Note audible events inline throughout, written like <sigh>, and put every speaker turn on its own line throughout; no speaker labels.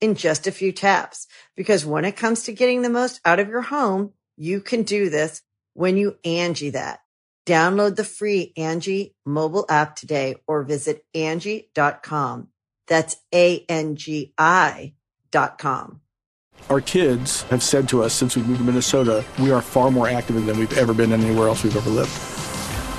in just a few taps. Because when it comes to getting the most out of your home, you can do this when you Angie that. Download the free Angie mobile app today or visit Angie.com. That's A-N-G-I dot com.
Our kids have said to us since we moved to Minnesota, we are far more active than we've ever been anywhere else we've ever lived.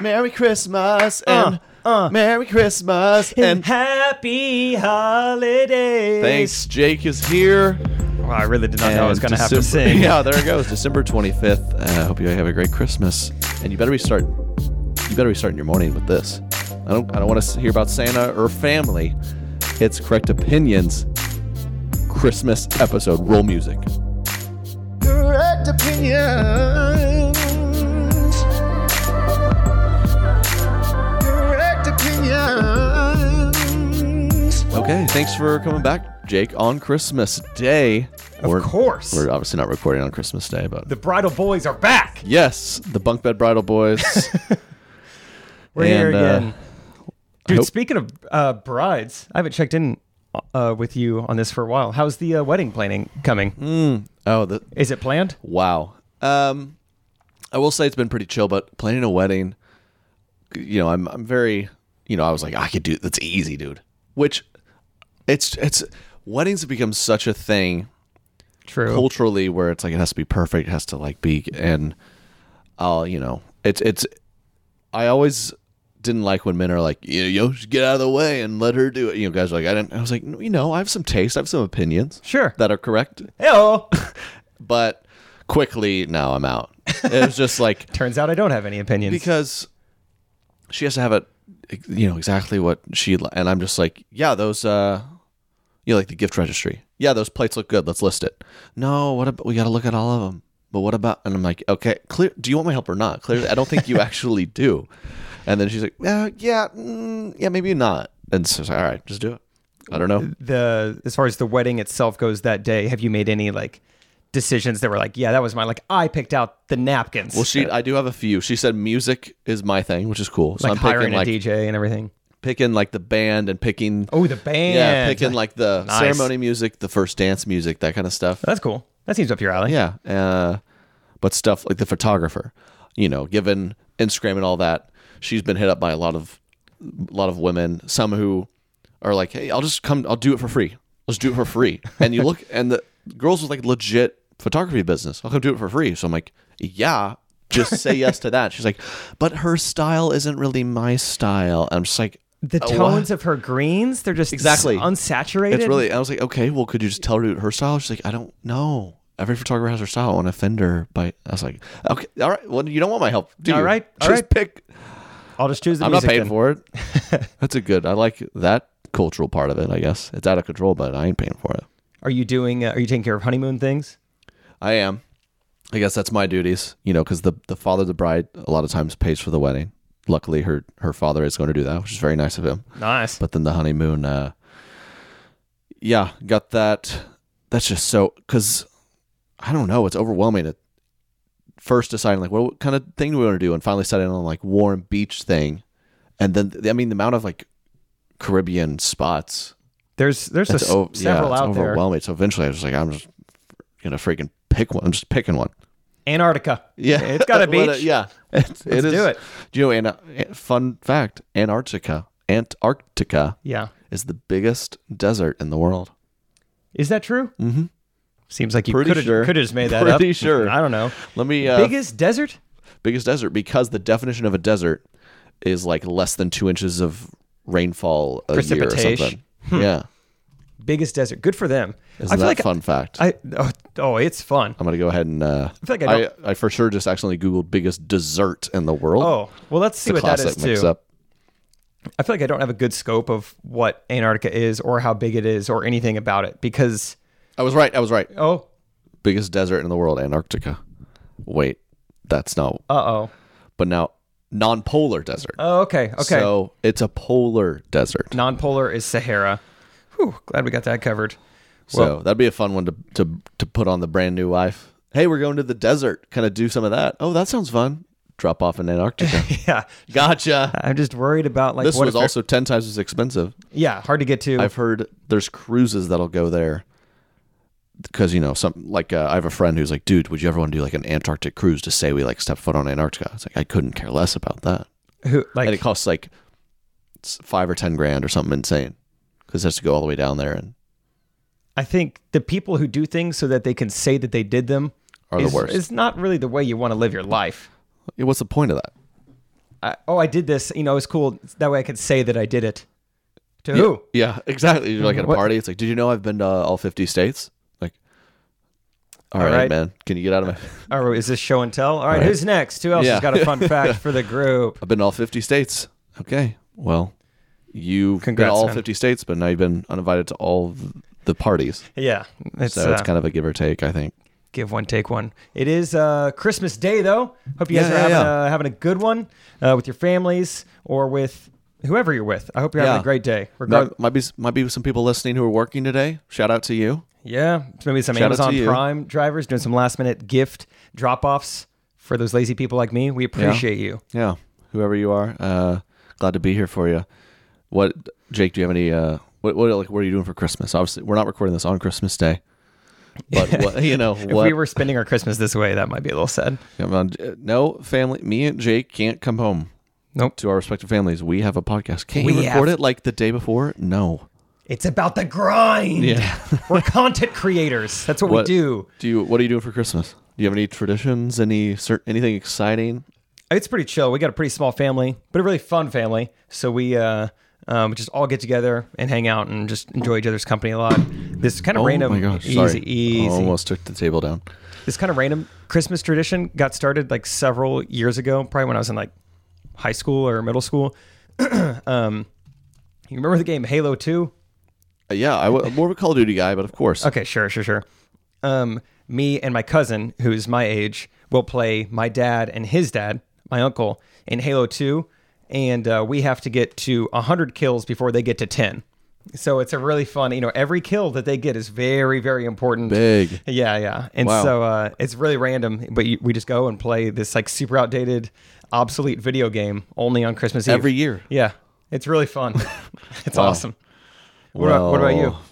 Merry Christmas
Uh,
and Merry Christmas and
happy holidays.
thanks Jake is here.
Wow, I really did not know I was
And
going to have to
December-
<laughs> sing.
Yeah, there it goes. December 25th. Uh, I hope you have a great Christmas and you better be starting you better be starting your morning with this. I don't I don't want to hear about Santa or family. It's Correct Opinions Christmas episode roll music. Correct opinions. Correct opinions. Okay, thanks for coming back, Jake, on Christmas Day.
Of course.
We're obviously not recording on Christmas Day, but
The Bridal Boys are back.
yes, the Bunk Bed Bridal Boys.
We're here
And, uh,
again. Dude,
hope-
speaking of uh, brides, I haven't checked in uh, with you on this for a while. How's the uh, wedding planning coming?
oh, the,
Is it planned?
Wow. Um, I will say it's been pretty chill, but planning a wedding, you know, I'm I'm very, you know, I was like, I could do that's easy, dude. Which, it's it's weddings have become such a thing
True.
culturally where it's like it has to be perfect, it has to like be, and I'll you know, it's it's. I always didn't like when men are like, you know, yo, just get out of the way and let her do it. You know, guys are like, I didn't. I was like, you know, I have some taste, I have some opinions,
Sure.
that are correct
Hello.
but quickly now i'm out it was just like
Turns out I don't have any opinions.
because she has to have it you know exactly what she li- and i'm just like yeah those uh you know, like the gift registry yeah those plates look good let's list it no what about we gotta look at all of them but what about and i'm like okay clear do you want my help or not clearly i don't think
<laughs>
you actually do and then she's like uh, yeah mm, yeah maybe not and so it's like, all right just do it i don't know
the as far as the wedding itself goes that day, have you made any like decisions that were like, yeah, that was mine. Like I picked out the napkins.
well she i do have a few she said music is my thing which is cool so
like
i'm
hiring
picking like
a DJ and everything.
picking like the band and picking
Oh, the band.
yeah picking like the
Nice.
ceremony music the first dance music that kind of stuff
that's cool. That seems up your alley.
yeah uh, but stuff like the photographer you know given instagram and all that she's been hit up by a lot of a lot of women some who are like hey i'll just come i'll do it for free let's do it for free and you look and the girls with like legit photography business i'll come do it for free so i'm like yeah just say yes to that she's like but her style isn't really my style i'm just like
The
"Uh, what?"
tones of her greens, they're just
Exactly.
s- unsaturated.
It's really. I was like, okay, well, could you just tell her her style? She's like, I don't know. Every photographer has her style. I want to offend her by. I was like, okay, all right. Well, you don't want my help, do you?
All right, all
just
right.
pick.
I'll just choose the
I'm not
music.
paying
then.
for it.
<laughs>
That's a good. I like that cultural part of it. I guess it's out of control, but I ain't paying for it.
Are you doing? Uh, are you taking care of honeymoon things?
I am. I guess that's my duties, you know, because the the father of the bride a lot of times pays for the wedding. Luckily, her her father is going to do that, which is very nice of him.
Nice.
but then the honeymoon uh yeah got that that's just so because i don't know it's overwhelming to first deciding like what kind of thing do we want to do, and finally setting on like warm beach thing, and then I mean the amount of like Caribbean spots
There's there's a
it's
s-
o-
several
yeah,
out
it's
there.
overwhelming. So eventually, I was just like, I'm just gonna freaking pick one. I'm just picking one. <laughs>
Antarctica.
Yeah,
it's got
<laughs> Let
a beach.
it-
<laughs>
yeah, let's
do it.
Do you know? And, uh, fun fact: Antarctica, Antarctica
Yeah.
is the biggest desert in the world.
Is that true? Mm-hmm. Seems like you
Pretty
could have
sure.
just made that up.
Pretty sure.
<laughs> I don't know.
Let me uh, biggest
Biggest desert?
desert because the definition of a desert is like less than two inches of rainfall a year or
Precipitation.
something. Yeah,
Biggest desert. Good for them.
is
I
that
feel like
fun fact? I,
I oh, oh, it's fun.
am gonna go ahead and uh, I,
feel like I
I, for sure just accidentally googled biggest dessert in the world.
Oh, well, let's see
It's a
what that is
classic
too.
mix-up.
I feel like I don't have a good scope of what Antarctica is or how big it is or anything about it because
I was right. I was right.
oh,
Biggest desert in the world, Antarctica. Wait, that's not.
uh-oh.
But now, non-polar desert.
Oh, okay. Okay.
So it's a polar desert.
Non-polar is Sahara. Whew, glad we got that covered.
so that'd be a fun one to, to to put on the brand new wife. Hey, we're going to the desert. Kind of do some of that. Oh, that sounds fun. Drop off in
<laughs>
Antarctica.
<laughs> Yeah.
gotcha.
I'm just worried about like
this
what
was
if they're-
also ten times as expensive.
yeah, hard to get to.
I've heard there's cruises that'll go there because you know some like uh, I have a friend who's like, dude, would you ever want to do like an Antarctic cruise to say we like stepped foot on Antarctica? It's like I couldn't care less about that,
Who like
and it costs like s- five or ten grand or something insane because it has to go all the way down there and
I think the people who do things so that they can say that they did them
Are the
is,
worst.
is not really the way you want to live your life.
Yeah, what's the point of that?
I, oh, I did this. You know, it's cool. That way I can say that I did it. To who?
Yeah, exactly. You're like at a
What-
party. It's like, did you know I've been to all 50 states? Like, all right,
right.
man, can you get out of my? <laughs>
Or Oh, is this show and tell? All right,
Right.
who's next? Who else
Yeah.
has got a fun
<laughs>
fact for the group?
I've been to all 50 states. Okay. Well, you've been
Congrats,
to all
man.
50 states, but now you've been uninvited to all th- the parties.
Yeah, it's,
So it's
uh,
kind of a give or take, I think.
give one, take one. It is uh, Christmas Day, though. Hope you
Yeah,
guys are
yeah,
having,
yeah.
A, having a good one uh, with your families or with whoever you're with. I hope you're having
Yeah.
a great day.
Might,
Regard-
might be might be some people listening who are working today. Shout out to you.
yeah, maybe some
Shout out to
Amazon
you.
Prime drivers doing some last minute gift drop offs for those lazy people like me. We appreciate you.
Yeah, whoever you are, uh, glad to be here for you. What, Jake? Do you have any? Uh, what, what like what are you doing for Christmas? Obviously, we're not recording this on Christmas Day, but
<laughs>
what, you know
If
what?
we were spending our Christmas this way, that might be a little sad.
Come on, J- no family. Me and Jake can't come home
Nope.
to our respective families. We have a podcast. Can't
We
we record
have-
it like the day before? No.
It's about the grind.
Yeah.
We're content creators. That's what,
What
we do.
Do you? What are you doing for Christmas? Do you have any traditions? Any cer anything exciting?
It's pretty chill. We got a pretty small family, but a really fun family. So we uh, um, just all get together and hang out and just enjoy each other's company a lot. This kind of random, easy,
Oh sorry.
easy.
Almost took the table down.
This kind of random Christmas tradition got started like several years ago, probably when I was in like high school or middle school. <clears throat> um, you remember the game Halo Two?
Uh, yeah, I was more of a Call of Duty guy, but of course.
Okay, sure, sure, sure. Um, me and my cousin, who's my age, will play my dad and his dad, my uncle, in Halo 2. And uh, we have to get to 100 kills before they get to 10. So it's a really fun, you know, every kill that they get is very, very important.
Big.
Yeah, yeah. And
Wow.
so uh, it's really random, but you, we just go and play this like super outdated, obsolete video game only on Christmas Eve.
Every year.
Yeah. It's really fun. <laughs> it's awesome. What, about, what about you?
Well,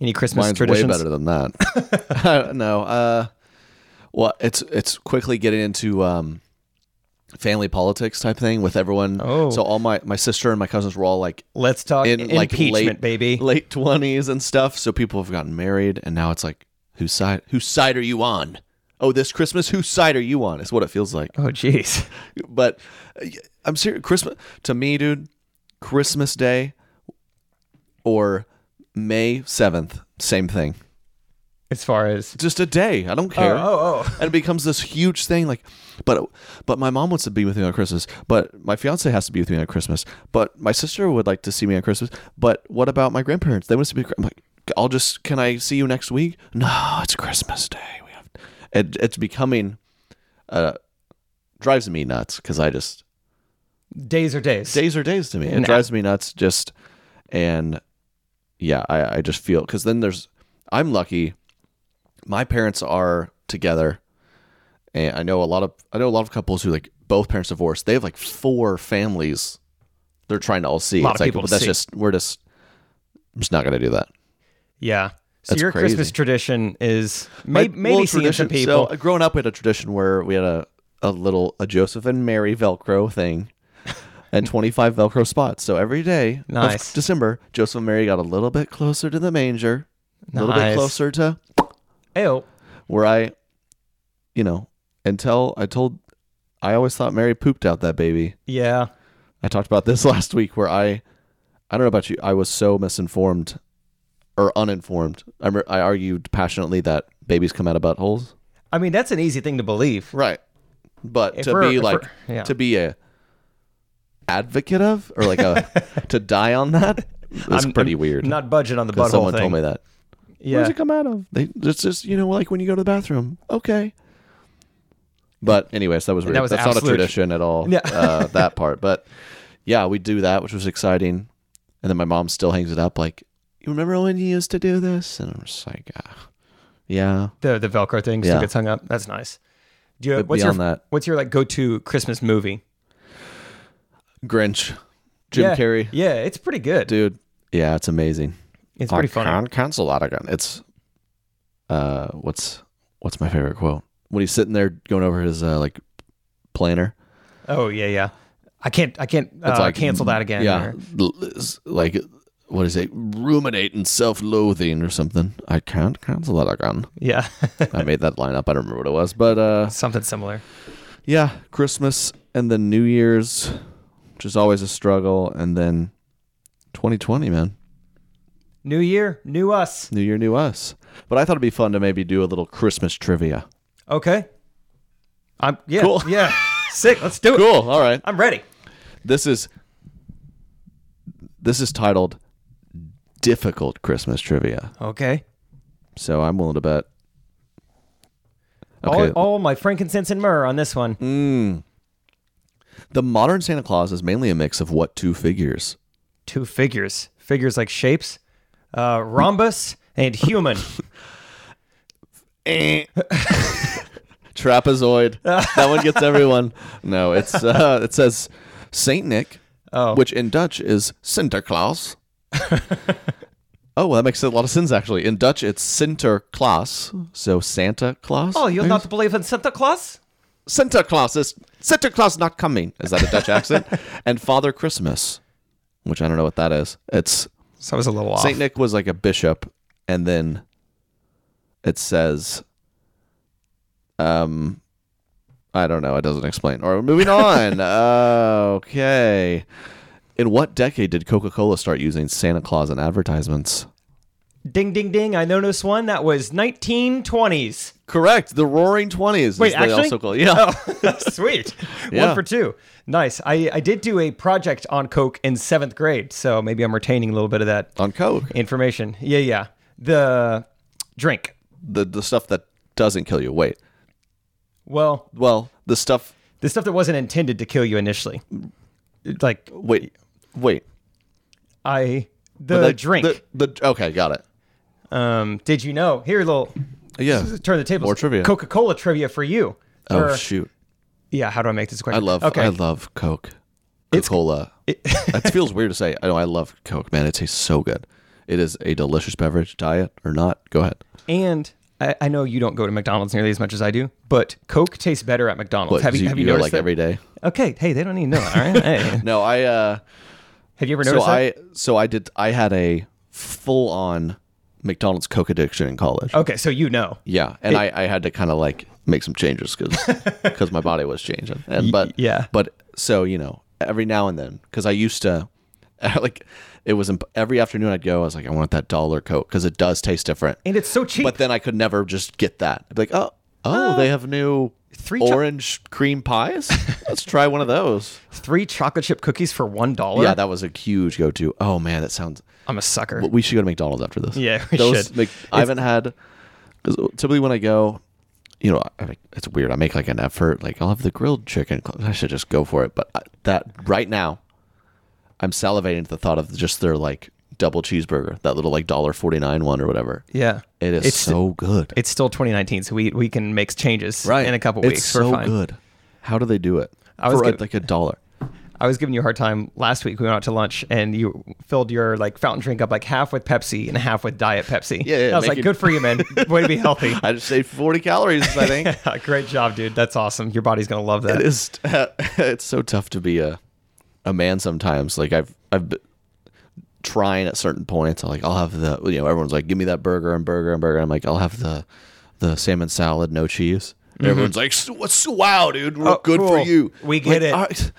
Any Christmas
Mine's way
traditions?
better than that. <laughs> no, uh, well, it's it's quickly getting into um, family politics type thing with everyone.
Oh.
so all my my sister and my cousins were all like
Let's talk
in like
impeachment,
late
baby.
late twenties and stuff. So people have gotten married, and now it's like whose side whose side are you on? Oh, this Christmas, whose side are you on? Is what it feels like.
oh, jeez.
But uh, I'm serious. Christmas to me, dude. Christmas Day or May seventh, same thing.
As far as
just a day. I don't care.
oh, oh.
And it becomes this huge thing. Like, but but my mom wants to be with me on Christmas. But my fiance has to be with me on Christmas. But my sister would like to see me on Christmas. But what about my grandparents? They want us to be. I'm like, I'll just. Can I see you next week? No, it's Christmas Day. We have. It, it's becoming. Uh, drives me nuts because I just
days are days.
days are days to me. It
Nah.
drives me nuts. Just and yeah, I, I just feel because then there's I'm lucky. My parents are together, And I know a lot of I know a lot of couples who like both parents divorced. They have like four families. They're trying to all see.
Lot
it's
of
like,
people
but
to
that's
see.
just we're just I'm just not gonna do that.
Yeah. So
That's
your
crazy.
Christmas tradition is may-
My-
maybe
well,
seeing some
tradition- So,
people.
uh, growing up, we had a tradition where we had a, a little a Joseph and Mary Velcro
<laughs>
thing, and twenty five Velcro spots. So every day, of
Nice.
December, Joseph and Mary got a little bit closer to the manger, a little bit
Nice.
closer to
Ew.
where I, you know, until I told, I always thought Mary pooped out that baby.
Yeah.
I talked about this <laughs> last week where I, I don't know about you, I was so misinformed, or uninformed. I mer- I argued passionately that babies come out of buttholes.
I mean, that's an easy thing to believe.
Right. But
If
to
we're-
be
if
like
we're- yeah.
to be a advocate of or like a
<laughs>
to die on that is
I'm-
pretty
I'm
weird.
Not budging on the
'Cause
butthole
someone
thing.
told me that. Where
Yeah.
does it come out of? They it's just you know like when you go to the bathroom. Okay. But anyways, that was
And
weird.
that was
That's not a
absolute-
tradition at all.
Yeah.
uh, that part, but yeah, we do that, which was exciting. And then my mom still hangs it up like, "You remember when you used to do this?" And I'm just like, ah, "Yeah."
The the Velcro thing
Yeah.
still gets hung up. That's nice. Do you,
But
what's your
beyond that-
what's your like go to Christmas movie?
Grinch, Jim
yeah.
Carrey,
Yeah, it's pretty good.
dude. Yeah, it's amazing.
It's pretty
I
funny.
can't cancel that again. It's uh, what's what's my favorite quote? When he's sitting there going over his uh, like planner,
Oh yeah, yeah. I can't I can't uh,
it's like
cancel that again.
Yeah,
or-
l- it's like what is it? Ruminate and self-loathing or something. I can't cancel that again.
yeah. <laughs>
I made that line up. I don't remember what it was, but uh,
Something similar.
yeah, Christmas and then New Year's, which is always a struggle, and then 2020, man.
New year, new us.
New Year, New Us. But I thought it'd be fun to maybe do a little Christmas trivia.
Okay. I'm yeah
Cool. <laughs>
yeah. Sick. Let's do it.
Cool. All right.
I'm ready.
This is this is titled Difficult Christmas Trivia.
Okay.
So I'm willing to bet.
All,
Okay. Mm.
all my frankincense and myrrh on this one.
The modern Santa Claus is mainly a mix of what two figures?
Two figures. Figures like shapes, uh, rhombus
<laughs>
and human.
Eh. Trapezoid. that one gets everyone. No, it's uh, it says Saint Nick,
Oh.
which in Dutch is
<laughs>
Sinterklaas. oh, well, that makes a lot of sense actually. In Dutch, it's Sinterklaas, so Santa Claus.
Oh, you'll not believe in Santa Claus?
Sinterklaas is Sinterklaas not coming. Is that a Dutch <laughs> accent? And Father Christmas, which I don't know what that is. It's
So I was a little off.
Saint Nick was like a bishop, and then it says, um, I don't know. It doesn't explain. Or moving <laughs> on. okay. In what decade did Coca Cola start using Santa Claus in advertisements?
Ding ding ding! I noticed one that was 1920s.
Correct. The Roaring Twenties.
Wait, actually?
also call, yeah.
<laughs>
<laughs>
Sweet,
Yeah.
one for two. Nice. I I did do a project on Coke in seventh grade, so maybe I'm retaining a little bit of that
<laughs> on Coke,
information. Yeah, yeah. The drink.
the the stuff that doesn't kill you. Wait.
Well,
Well, the stuff.
the stuff that wasn't intended to kill you initially. Like
Wait. Wait.
I the,
But that-
Uh, drink.
The, the okay, got it.
um, did you know? Here, a little
Yeah.
turn the tables.
More trivia.
Coca Cola trivia for you.
Oh
Or-
shoot.
yeah. How do I make this quick?
I love
Okay.
I love Coke. It's cola.
<laughs>
it feels weird to say. I know I love Coke, man. It tastes so good. It is a delicious beverage, diet or not. Go ahead.
And I, I know you don't go to McDonald's nearly as much as I do, but Coke tastes better at McDonald's.
What,
have you,
you,
have you,
go,
noticed
like
that?
every day?
Okay, hey, they don't need to know. All
<laughs>
right, hey.
No, I uh
have you ever
so
noticed
I so I did I had a full on McDonald's Coke addiction in college.
that? Okay, so you know.
Yeah, and I, I had to kind of like make some changes
<laughs>
because my body was changing. And but
yeah.
but so you know every now and then because I used to <laughs> like it was imp- every afternoon I'd go I was like I want that dollar coke because it does taste different.
And it's so cheap. Uh,
but then I could never just get that. I'd be like oh oh they have new three
three cho-
orange cream pies. Let's try one of
<laughs>
those.
Three chocolate chip cookies for one dollar.
yeah, that was a huge go to. Oh man, that sounds.
I'm a sucker.
But we should go to McDonald's after this.
Yeah, we should.
Mc- I haven't had. 'cause typically, when I go, you know, I, I- it's weird. I make like an effort. Like I'll have the grilled chicken. I should uh, just go for it. But I, that right now, I'm salivating at the thought of just their like double cheeseburger, that little like dollar forty nine one or whatever.
Yeah.
It is
It's-
so good.
It's still 2019, so we, we can make changes in a couple
It's
weeks.
so
We're fine.
good. How do they do it?
I was
For
gonna-
like a dollar.
I was giving you a hard time last week. We went out to lunch and you filled your like fountain drink up like half with Pepsi and half with Diet Pepsi.
Yeah, yeah,
And I was
make
like,
it-
good for you,
<laughs>
man. Way to be healthy.
I just saved forty calories. I think
<laughs> Great job, dude. That's awesome. Your body's gonna love that.
it is. <laughs> it's so tough to be a a man sometimes. Like I've I've been trying at certain points. I'm like I'll have the you know everyone's like give me that burger and burger and burger. I'm like I'll have the the salmon salad no cheese. And Everyone's like "So- what's so- wow dude we're
Mm-hmm. Oh,
good for
cool.
you.
We get
Like, I,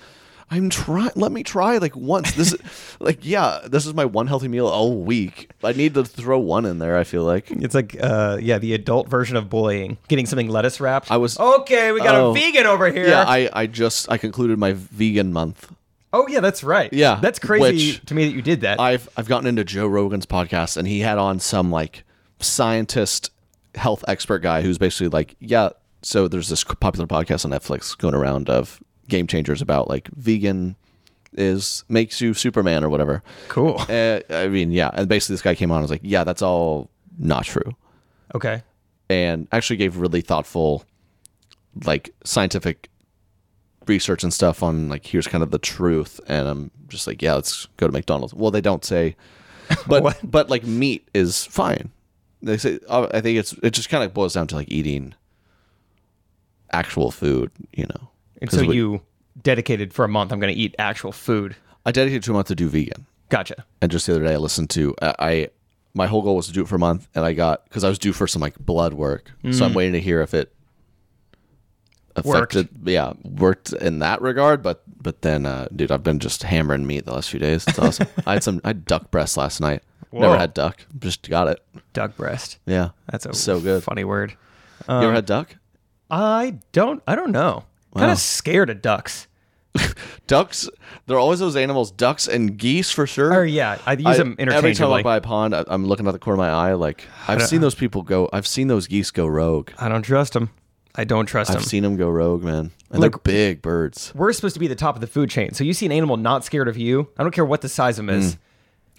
I'm trying. Let me try like once. This <laughs> is like yeah. This is my one healthy meal all week. I need to throw one in there. I feel like
It's like, uh, yeah, the adult version of bullying. Getting something lettuce wrapped.
I was-
okay. We got
Oh.
a vegan over here.
yeah. I I just I concluded my vegan month.
oh yeah, that's right.
Yeah,
that's crazy
which-
to me that you did that.
I've I've gotten into Joe Rogan's podcast, and he had on some like scientist, health expert guy who's basically like, yeah. So there's this popular podcast on Netflix going around of game changers about like vegan is makes you Superman or whatever. <laughs>
cool.
Uh, I mean, yeah. And basically, this guy came on and was like, yeah, that's all not true,
Okay.
and actually gave really thoughtful, like scientific research and stuff on like here's kind of the truth and i'm just like yeah let's go to mcdonald's well they don't say but
What?
but like meat is fine they say uh, i think it's it just kind of boils down to like eating actual food you know
And
'Cause
so
we-
you dedicated for a month. I'm gonna eat actual food.
i dedicated two months to do vegan
Gotcha.
and just the other day i listened to i, I my whole goal was to do it for a month and i got because i was due for some like blood work so
Mm.
i'm waiting to hear if it
Worked.
affected yeah worked in that regard but but then uh dude i've been just hammering meat the last few days it's awesome
<laughs>
i had some i had duck breast last night never
Whoa.
had duck just got it
Duck breast.
yeah
That's a um,
so good
funny word.
you ever had duck
I don't. I don't know. Kind
Wow.
of scared of ducks.
ducks they're always those animals ducks and geese for sure
Or yeah, I use
I-
them interchangeably.
Every time I walk by a pond, I, I'm looking out the corner of my eye. Like I've seen those people go. I've seen those geese go rogue.
I don't trust them. I don't trust them.
I've seen them go rogue, man. And
Like-
they're big birds.
We're supposed to be the top of the food chain. So you see an animal not scared of you. I don't care what the size of them
Mm.
is.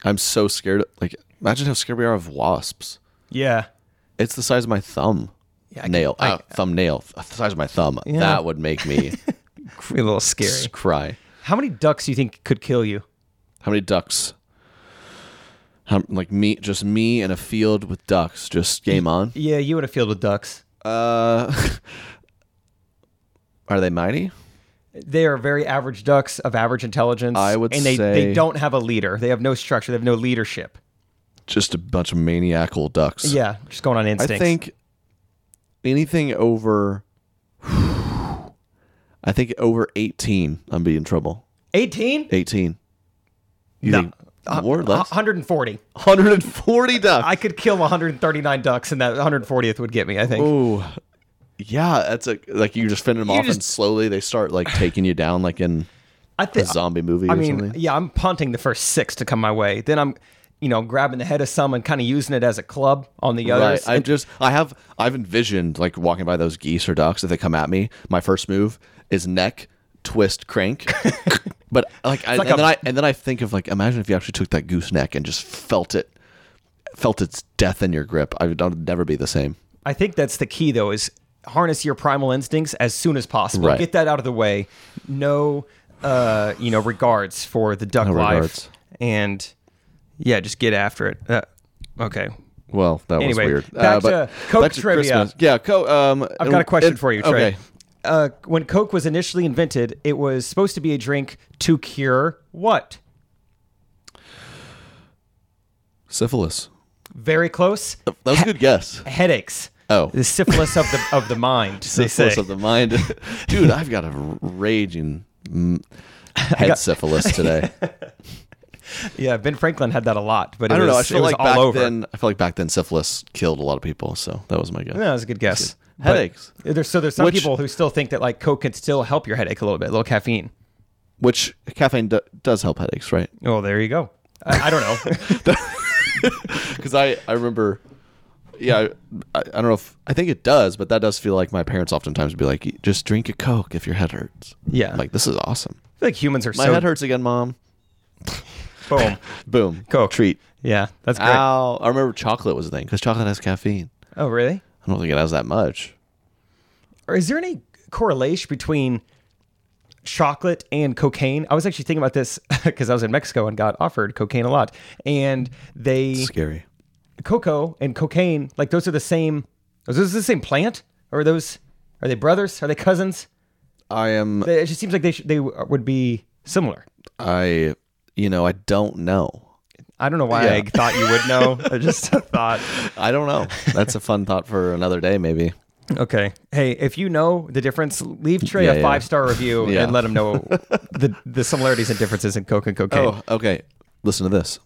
I'm so scared. Like, imagine how scared we are of wasps.
Yeah.
It's the size of my thumb. nail.
I-
uh, thumbnail. The size of my thumb. That would make me
<laughs> A little scary.
cry.
How many ducks do you think could kill you?
How many ducks? How, like me, just me in a field with ducks. Just game on.
Yeah, you in a field with ducks.
Uh, <laughs> are they mighty?
They are very average ducks of average intelligence.
I would
and they,
say-
they don't have a leader. They have no structure. They have no leadership.
Just a bunch of maniacal ducks.
Yeah, just going on instincts.
I think anything over, I think over eighteen, I'm be in trouble.
18?
Eighteen. You
No.
think more or less?
140.
140 ducks.
I could kill 139 ducks, and that 140th would get me, I think.
Ooh. Yeah, that's a, like you just fend them off, and
just-
slowly they start like taking you down, like in
I
a
think
zombie movie
I
or
mean,
something.
yeah, I'm punting the first six to come my way. Then I'm, you know, grabbing the head of some and kind of using it as a club on the
Right.
others.
I
And
just, I have, I've envisioned like walking by those geese or ducks if they come at me. My first move is neck twist crank, <laughs> but like, I,
like
and
a-
then I, and then I think of like, imagine if you actually took that goose neck and just felt it, felt its death in your grip. I would, I would never be the same.
I think that's the key, though, is harness your primal instincts as soon as possible.
Right.
Get that out of the way. No, uh, you know, regards for the duck
No
life,
regards.
and yeah, just get after it. Uh, okay.
Well, that
Anyway,
was weird. Uh,
back to Coke trivia.
Yeah, Coke. Um,
I've got a question for you, Trey.
Okay.
Uh, when Coke was initially invented, it was supposed to be a drink to cure what?
Syphilis.
Very close.
That was a good
<laughs>
guess.
Headaches.
Oh.
the syphilis of the of the mind.
Syphilis
syphilis
of the mind. <laughs> Dude, I've got a raging mm, head syphilis
<laughs>
today.
yeah, Ben Franklin had that a lot, but it
I don't
was,
know. I
it
feel
was
like
all
back
over.
then, I feel like back then syphilis killed a lot of people. So that was my guess.
Yeah, that was a good guess. But
Headaches.
there's, so there's some
Which-
people who still think that like Coke can still help your headache a little bit, a little caffeine.
Which caffeine do- does help headaches, <laughs> right?
Oh, there you go. I, I don't know.
<laughs> Because I, I remember, yeah, I, I don't know if I think it does, but that does feel like my parents oftentimes would be like, just drink a Coke if your head hurts.
Yeah,
I'm
like
like, this is awesome.
I feel like humans are
My
so
head hurts again, mom.
Boom.
Boom.
Coke.
Treat.
Yeah, that's great.
Ow. I remember chocolate was a thing because chocolate has caffeine.
Oh, really?
I don't think it has that much.
Or is there any correlation between chocolate and cocaine? I was actually thinking about this <laughs> because I was in Mexico and got offered cocaine a lot, and they
Scary.
cocoa and cocaine like those are the same. Are those the same plant? Or are those? Are they brothers? Are they cousins?
I am.
They- It just seems like they should, they would be similar.
I. You know. I don't know.
I don't know why I
Yeah.
thought you would know. <laughs> I just thought.
I don't know. That's a fun thought for another day, maybe.
Okay. Hey, if you know the difference, leave Trey
Yeah,
a
yeah.
five star review
Yeah.
and let
<laughs>
him know the, the similarities and differences in Coke and cocaine.
Oh, okay. Listen to this.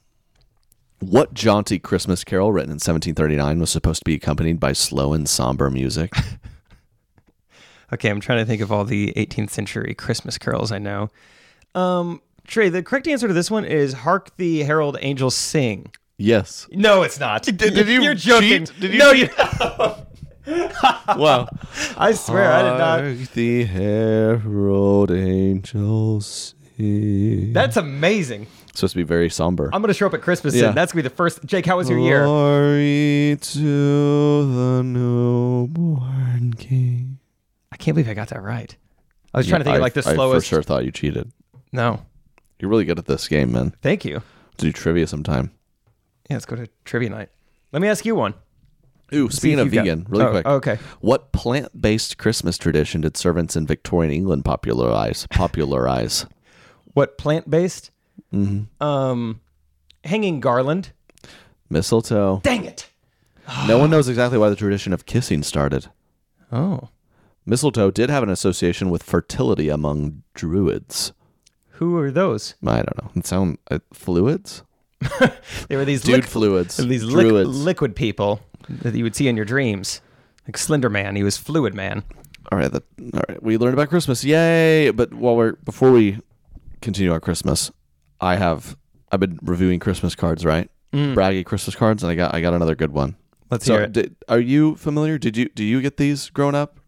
What jaunty Christmas carol written in 1739 was supposed to be accompanied by slow and somber music?
Okay, I'm trying to think of all the 18th century Christmas carols I know. Um, Trey, the correct answer to this one is "Hark the Herald Angels Sing."
<laughs> yes.
No, it's not. Did,
you
<laughs> You're joking.
cheat? Did you
no, you. <laughs>
Wow.
I swear, I did not.
The herald angels sing.
That's amazing.
supposed to be very somber.
I'm gonna show up at Christmas,
Yeah.
and that's gonna be the first. Jake, how was your year?
Glory to the newborn king.
I can't believe I got that right. I was trying to think of like the
I, I for
slowest.
sure thought you cheated.
No,
You're really good at this game, man.
thank you.
Do trivia sometime.
Yeah, let's go to trivia night. Let me ask you one.
Ooh, speaking
if
of
you got-
vegan, really
oh,
quick.
okay.
What plant-based Christmas tradition did servants in Victorian England popularize? Popularize.
What plant based?
Mm-hmm.
Um, hanging garland.
Mistletoe.
Dang it.
No one knows exactly why the tradition of kissing started.
Oh,
Mistletoe did have an association with fertility among druids.
who are those?
I don't know. It sound uh, fluids?
They were these
<laughs> Dude
liquid,
fluids.
these lic-
druids.
liquid people that you would see in your dreams, like Slender Man. He was Fluid Man.
all right, that, all right. We learned about Christmas. Yay! But while we're before we continue on Christmas, I have I've been reviewing Christmas cards, right?
Mm.
Braggy Christmas cards and I got I got another good one.
Let's
So,
hear it.
did, are you familiar? Did you do you get these growing up?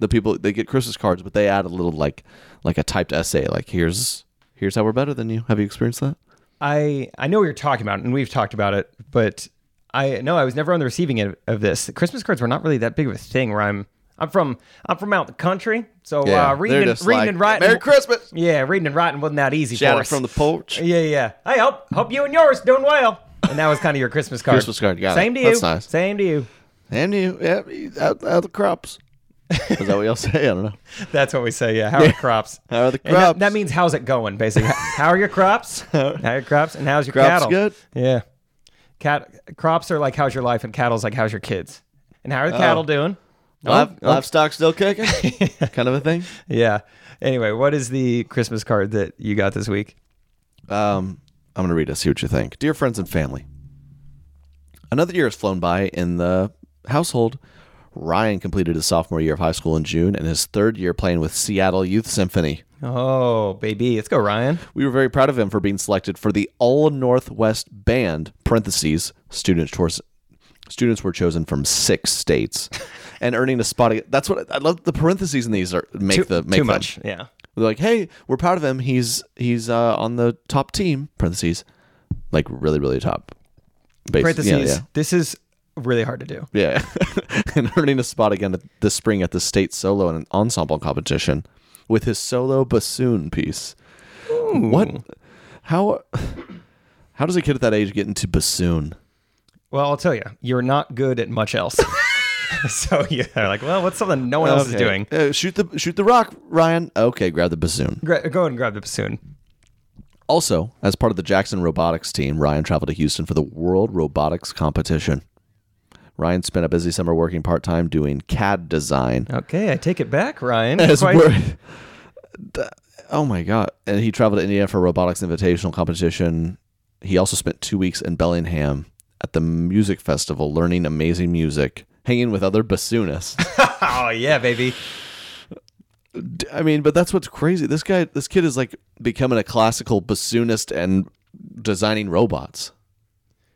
The people they get Christmas cards, but they add a little like like a typed essay. Like here's here's how we're better than you. Have you experienced that?
I I know what you're talking about, and we've talked about it, but I no, I was never on the receiving end of this. Christmas cards were not really that big of a thing. Where I'm I'm from I'm from out the country, so uh,
They're
reading and,
just
reading
like,
and writing.
Merry Christmas.
Yeah, reading and writing wasn't that easy for
Shouted
us.
from the porch.
yeah, yeah. Hey, hope hope you and yours doing well. And that was kind of your Christmas card.
Christmas card, got it.
Same to you.
That's nice.
Same to you.
And you, yeah, out, out the crops. Is that what y'all say? I don't know.
That's what we say. Yeah. How are the crops?
<laughs> How are the
And that-
crops?
That, means how's it going, basically. how are
<laughs>
your crops? How are your crops? And how's your
Crops
cattle?
good?
Yeah. Cat crops are like how's your life, and cattle's like how's your kids. And how are
Oh.
the cattle doing?
<laughs> Live, livestock still kicking, <laughs> kind of a thing.
Yeah. Anyway, what is the Christmas card that you got this week?
Um, I'm going to read it, see what you think. Dear friends and family, another year has flown by in the household. Ryan completed his sophomore year of high school in June and his third year playing with Seattle Youth Symphony.
Oh, baby, let's go, Ryan.
We were very proud of him for being selected for the All Northwest Band (parentheses students tours, students were chosen from six
<laughs>
states and earning a spot. That's what I love. The parentheses in these are make
too
the make
too
them.
much. Yeah.
They're like, hey, we're proud of him. He's he's uh, on the top team. Parentheses, like really really top. Base.
Parentheses.
Yeah.
This is really hard to do.
yeah. <laughs> yeah. and earning a spot again at- this spring at the state solo and ensemble competition with his solo bassoon piece. What? How? How does a kid at that age get into bassoon?
Well, I'll tell you, you're not good at
<laughs>
much else. <laughs> so yeah, they're like, well, what's something no one else is
Okay.
doing?
Uh, shoot the shoot the rock, Ryan. Okay, grab the bassoon.
Gra- go and grab the bassoon.
Also, as part of the Jackson Robotics team, Ryan traveled to Houston for the World Robotics Competition. Ryan spent a busy summer working part time doing CAD design.
Okay, I take it back, Ryan.
As <laughs>
Quite-
wor- D- oh my God. And he traveled to India for a robotics invitational competition. He also spent two weeks in Bellingham at the music festival learning amazing music, hanging with other bassoonists.
oh yeah, baby.
D- I mean, but that's what's crazy. This guy, this kid is like becoming a classical bassoonist and designing robots.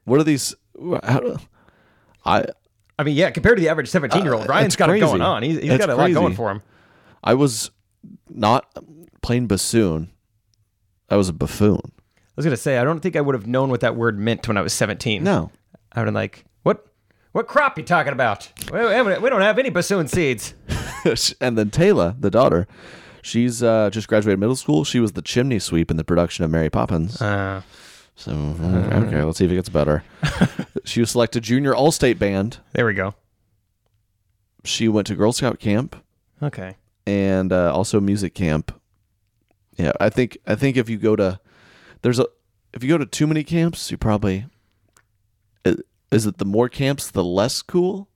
What are these? wh- How, I
I mean, yeah, compared to the average 17 year
Uh,
old, Ryan's
it's
got it going
crazy.
on. He's, he's
It's
got a
crazy.
lot going for him.
I was not playing bassoon. I was a buffoon.
was gonna say I don't think I would have known what that word meant when I was seventeen.
No.
I would have like what what crop you talking about? We, we- we don't have any bassoon
<laughs>
seeds.
and then Taylor, the daughter, she's uh, just graduated middle school. She was the chimney sweep in the production of Mary Poppins.
Uh,
so mm, okay, let's see if it gets
<laughs>
better. she was selected junior all-state band.
there we go.
She went to Girl Scout camp
Okay.
and uh, also music camp. Yeah, I think I think if you go to there's a if you go to too many camps, you probably i- is it the more camps the less cool?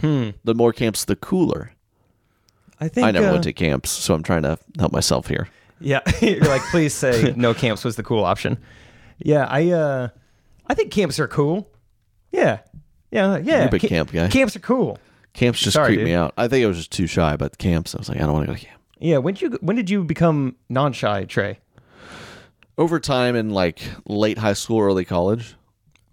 Hmm. The more camps the cooler.
I think
I never
uh,
went to camps, so I'm trying to help myself here.
Yeah, <laughs> you're like,
<laughs>
please say no camps was the cool option. Yeah, I uh, I think camps are cool. Yeah, yeah, yeah.
You're a big
Ca-
camp guy.
Camps are cool.
Camps just
Sorry,
creep me
dude.
out. I think I was just too shy, but camps, I was like, I don't want to go to camp.
Yeah. When did you when did you become non shy, Trey?
Over time in like late high school, early college.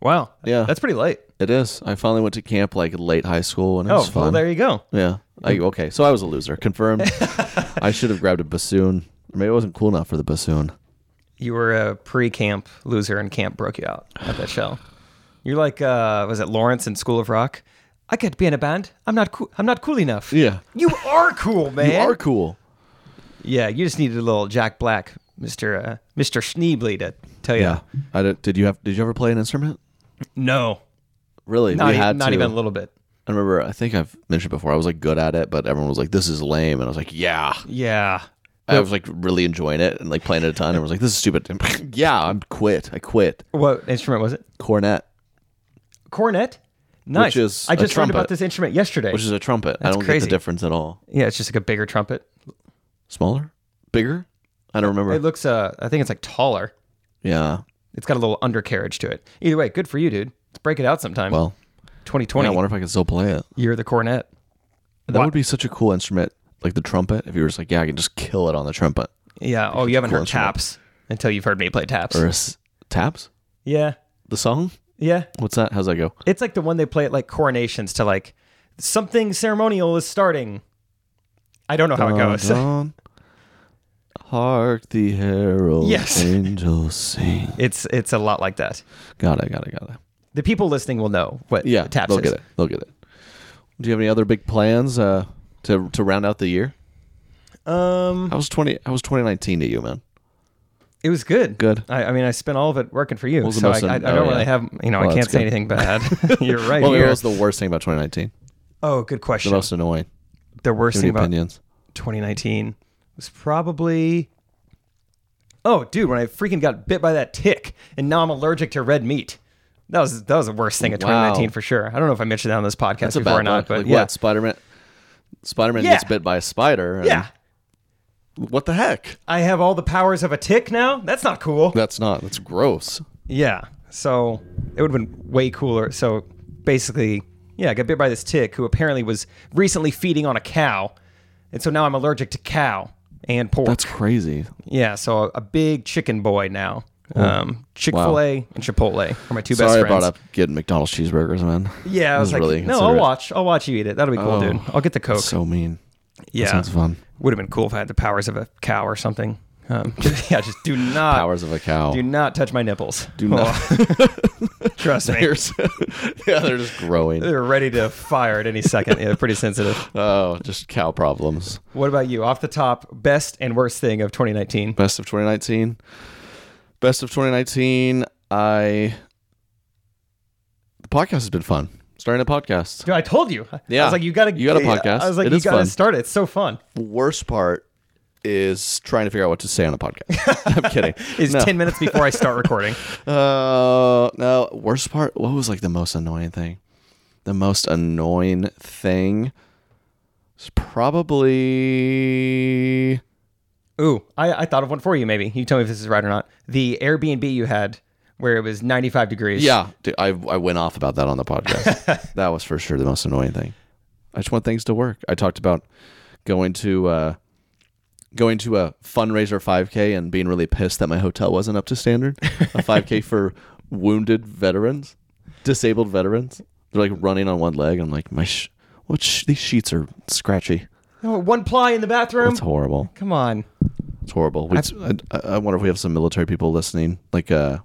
Wow.
Yeah.
That's pretty late.
It is. I finally went to camp like late high school and it
Oh,
was fun.
well, there you go.
Yeah. I, okay. So I was a loser.
<laughs>
Confirmed. I should have grabbed a bassoon. Or maybe I wasn't cool enough for the bassoon.
You were a pre-camp loser, and camp broke you out at that show. You're like, uh, was it Lawrence in School of Rock? I could be in a band. I'm not cool. I'm not cool enough.
Yeah.
You are cool,
<laughs>
man.
You are cool.
Yeah, you just needed a little Jack Black, Mister uh, Mister Schneebly, to tell you.
Yeah. I don't, did you have? Did you ever play an instrument?
No,
Really?
not,
we
e-
had
not
to.
even a little bit.
I remember. I think I've mentioned before. I was like good at it, but everyone was like, "This is lame," and I was like, "Yeah."
Yeah,
I was like really enjoying it and like playing it a ton. And was like, "This is stupid." <laughs> yeah, I'm quit. I quit.
what instrument was it?
Cornet,
Cornet. Nice.
is
I
a
just learned about
trumpet.
this instrument yesterday.
which is a trumpet. I
That's
don't get
crazy.
the difference at all.
yeah, it's just like a bigger trumpet.
Smaller, bigger. I don't remember.
It looks, uh, I think it's like taller.
yeah.
It's got a little undercarriage to it. Either way, good for you, dude. Let's break it out sometime.
Well, yeah,
2020,
I wonder if I can still play it.
you're the cornet.
That
What?
would be such a cool instrument, like the trumpet. If you were just like, yeah, I can just kill it on the trumpet
Yeah. Oh, you haven't
cool
heard
instrument.
taps until you've heard me play taps.
or s- taps.
yeah.
The song?
Yeah.
What's that? How's that go?
It's like the one they play at like coronations to like something ceremonial is starting. I don't know how it goes.
Dun, dun. Hark the herald
Yes.
angels sing.
<laughs> it's it's a lot like that.
Got it. Got it. Got it.
The people listening will know what
Yeah,
taps
they'll
is.
get it. They'll get it. Do you have any other big plans uh, to to round out the year?
Um,
How was twenty? How was twenty nineteen to you, man?
it was good.
Good.
I, I mean, I spent all of it working for you,
was the
so I,
most in-
I, I
oh,
don't really
yeah.
have. You know,
Well,
I can't
that's
say
good. <laughs>
anything bad. <laughs> You're right.
Well,
here.
what was the worst thing about twenty nineteen?
oh, good
The
question.
most annoying.
the worst
Give me
thing about
opinions.
2019 was probably. Oh, dude, when I freaking got bit by that tick, and now I'm allergic to red meat. That was that was the worst thing of
Wow.
2019 for sure. I don't know if I mentioned that on this podcast
That's a
before
bad
or not,
one.
but
like,
yeah,
what Spider Man? Spider Man
Yeah.
gets bit by a spider. and
yeah,
What the heck?
I have all the powers of a tick now. That's not cool.
That's not. That's gross.
Yeah. So it would have been way cooler. So basically, yeah, I got bit by this tick who apparently was recently feeding on a cow. And so now I'm allergic to cow and pork.
That's crazy.
yeah. So a, big chicken boy now. Um, Chick fil A and Chipotle are my two best
Sorry, I
friends.
brought up getting McDonald's cheeseburgers, man.
Yeah, I
That
was, like,
really
no, I'll
considerate.
watch. I'll watch you eat it. That'll be cool,
Oh.
dude. I'll get the Coke.
So mean.
yeah.
Sounds fun.
Would have been cool if I had the powers of a cow or something. Um, <laughs> yeah, just
<laughs>
do not.
Powers of a cow. <laughs>
Uh, Do not touch my nipples. <laughs> Do
not.
Trust me.
They're so- yeah, they're just growing.
<laughs> They're ready to fire at any second. Yeah, pretty sensitive.
Oh, just cow problems.
What about you? Off the top, best and worst thing of 2019.
Best of 2019. Best of 2019. I. The podcast has been fun. Starting a podcast.
Dude, I told you. I
Yeah.
was like, you gotta,
You got a podcast.
I was like,
It
you
is
gotta
fun.
start it. It's so fun.
Worst part is trying to figure out what to say on a podcast. <laughs> I'm kidding.
It's
No.
10 minutes before I start recording.
Uh, no. Worst part. What was like the most annoying thing? The most annoying thing is probably
<laughs> Ooh, I, I thought of one for you. Maybe you tell me if this is right or not. The Airbnb you had, where it was 95 degrees.
yeah. dude, I I went off about that on the podcast. that was for sure the most annoying thing. I just want things to work. I talked about going to uh, going to a fundraiser 5K and being really pissed that my hotel wasn't up to standard. a 5K for wounded veterans, disabled veterans. They're like running on one leg. I'm like, my sh- what? Sh- these sheets are scratchy.
Oh, one ply in the bathroom.
That's horrible.
Come on.
It's horrible. We, I, I, I wonder if we have some military people listening. Like, uh,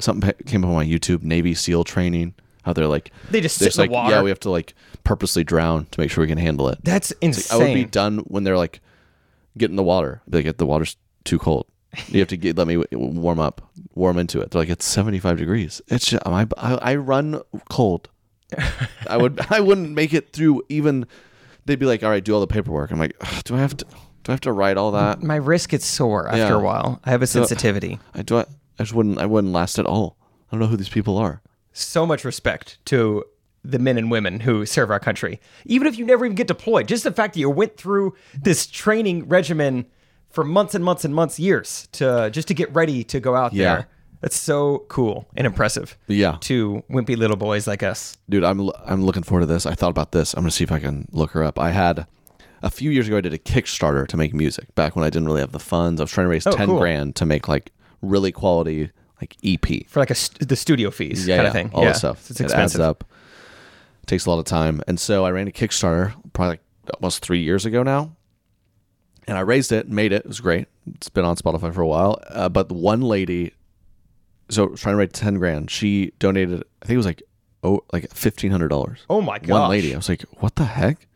something pa- came up on my YouTube Navy SEAL training. How they're like,
They just
they're
sit in the
like,
water.
Yeah, we have to like purposely drown to make sure we can handle it.
That's
It's like, I would be
insane.
done when they're like, get in the water. They get the water's too cold. You have to get, let me w- warm up, warm into it. They're like, it's 75 degrees. It's just, I, I, I run
<laughs>
cold. I would, I wouldn't make it through even, they'd be like, all right, do all the paperwork. I'm like, "Ugh, do I have to, do I have to write all that?
My wrist gets sore after
Yeah.
a while. I have a sensitivity.
I do, I, I just wouldn't, I wouldn't last at all. I don't know who these people are.
so much respect to the men and women who serve our country. Even if you never even get deployed, just the fact that you went through this training regimen for months and months and months, years to just to get ready to go out
Yeah.
there. That's so cool and impressive.
Yeah.
To wimpy little boys like us.
dude i'm i'm looking forward to this i thought about this i'm gonna see if i can look her up i had a few years ago i did a kickstarter to make music back when i didn't really have the funds i was trying to raise 10
cool.
grand to make like really quality like E ep
For like a st- the studio fees kind of thing.
all
yeah.
this stuff
It's
it adds
expensive.
up takes a lot of time and so i ran a kickstarter probably like almost three years ago now and i raised it made it it was great it's been on spotify for a while uh, but the one lady so I was trying to raise 10 grand she donated i think it was like oh like $1500
Oh my
one
gosh.
lady. I was like, what the heck?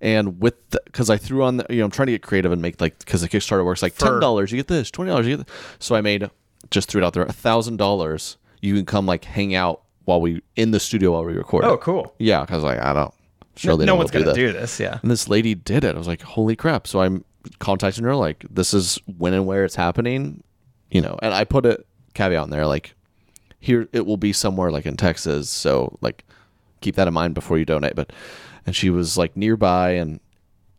And with because I threw on, the, you know, I'm trying to get creative and make like because the Kickstarter works like ten dollars, you get this, twenty dollars, you get. This. So I made just threw it out there a thousand dollars. You can come like hang out while we in the studio while we record.
Oh,
it.
cool.
Yeah, because like I don't. Sure,
No,
they
no
don't
one's
do
going to
that.
do this. Yeah.
And this lady did it. I was like, holy crap. So I'm contacting her, like, this is when and where it's happening, you know. And I put a caveat in there, like, here it will be somewhere like in Texas. So, like, keep that in mind before you donate. But, and she was like nearby, and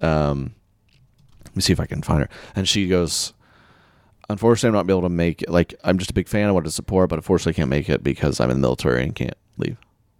um, let me see if I can find her. And she goes, unfortunately, I'm not be able to make it. Like, I'm just a big fan. I want to support, but unfortunately, I can't make it because I'm in the military and can't leave.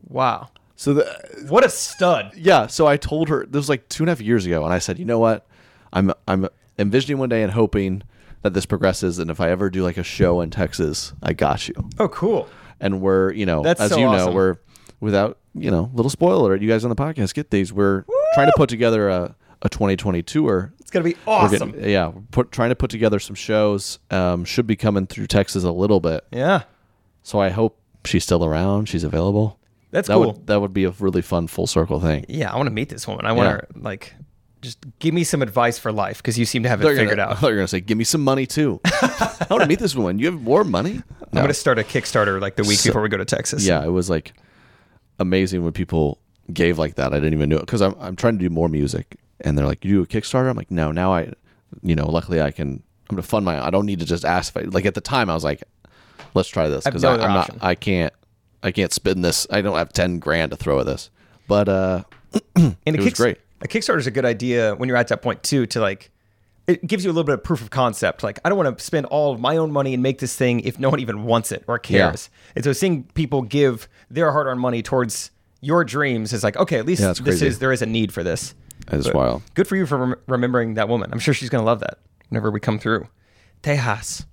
Wow.
So, the,
What a stud.
yeah so i told her this was like two and a half years ago and i said you know what i'm i'm envisioning one day and hoping that this progresses and if i ever do like a show in texas i got you
Oh, cool.
and we're you know
That's
as
so
you know
awesome.
we're without you know little spoiler you guys on the podcast get these we're trying to put together a, a 2020 tour
It's going to be
We're
awesome.
getting- yeah we're put, trying to put together some shows um, should be coming through texas a little bit
yeah.
so i hope she's still around she's available
That's
that
cool.
would that would be a really fun full circle thing
yeah, I want to meet this woman. I want
Yeah.
her like just give me some advice for life because you seem to have
They're
it figured
gonna,
out.
<laughs> They're gonna say, "Give me some money
<laughs>
too." I want to meet this woman. You have more money?
I'm gonna start a Kickstarter like the week before we go to Texas.
Yeah, it was like amazing when people gave like that. I didn't even know it because I'm I'm trying to do more music, and they're like, "You do a Kickstarter?" I'm like, "No, now I, you know, luckily I can. I'm gonna fund my. I don't need to just ask. If I, like at the time, I was like, "Let's try this
have
because
no
I'm
other
not.
option.
I can't. I can't spend this. I don't have ten grand to throw at this." But uh,
and a
it was
Kicks-
great.
A Kickstarter is a good idea when you're at that point too. To like, it gives you a little bit of proof of concept. Like, I don't want to spend all of my own money and make this thing if no one even wants it or cares. And so seeing people give their hard-earned money towards your dreams is like, okay, at least
Yeah, that's
this
crazy.
is there is a need for this.
That is
But
wild.
Good for you for rem- remembering that woman. I'm sure she's gonna love that whenever we come through. Tejas,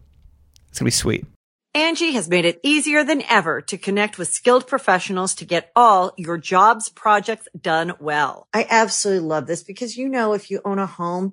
it's gonna be sweet.
Angie has made it easier than ever to connect with skilled professionals to get all your jobs projects done well. I absolutely love this because, you know, if you own a home,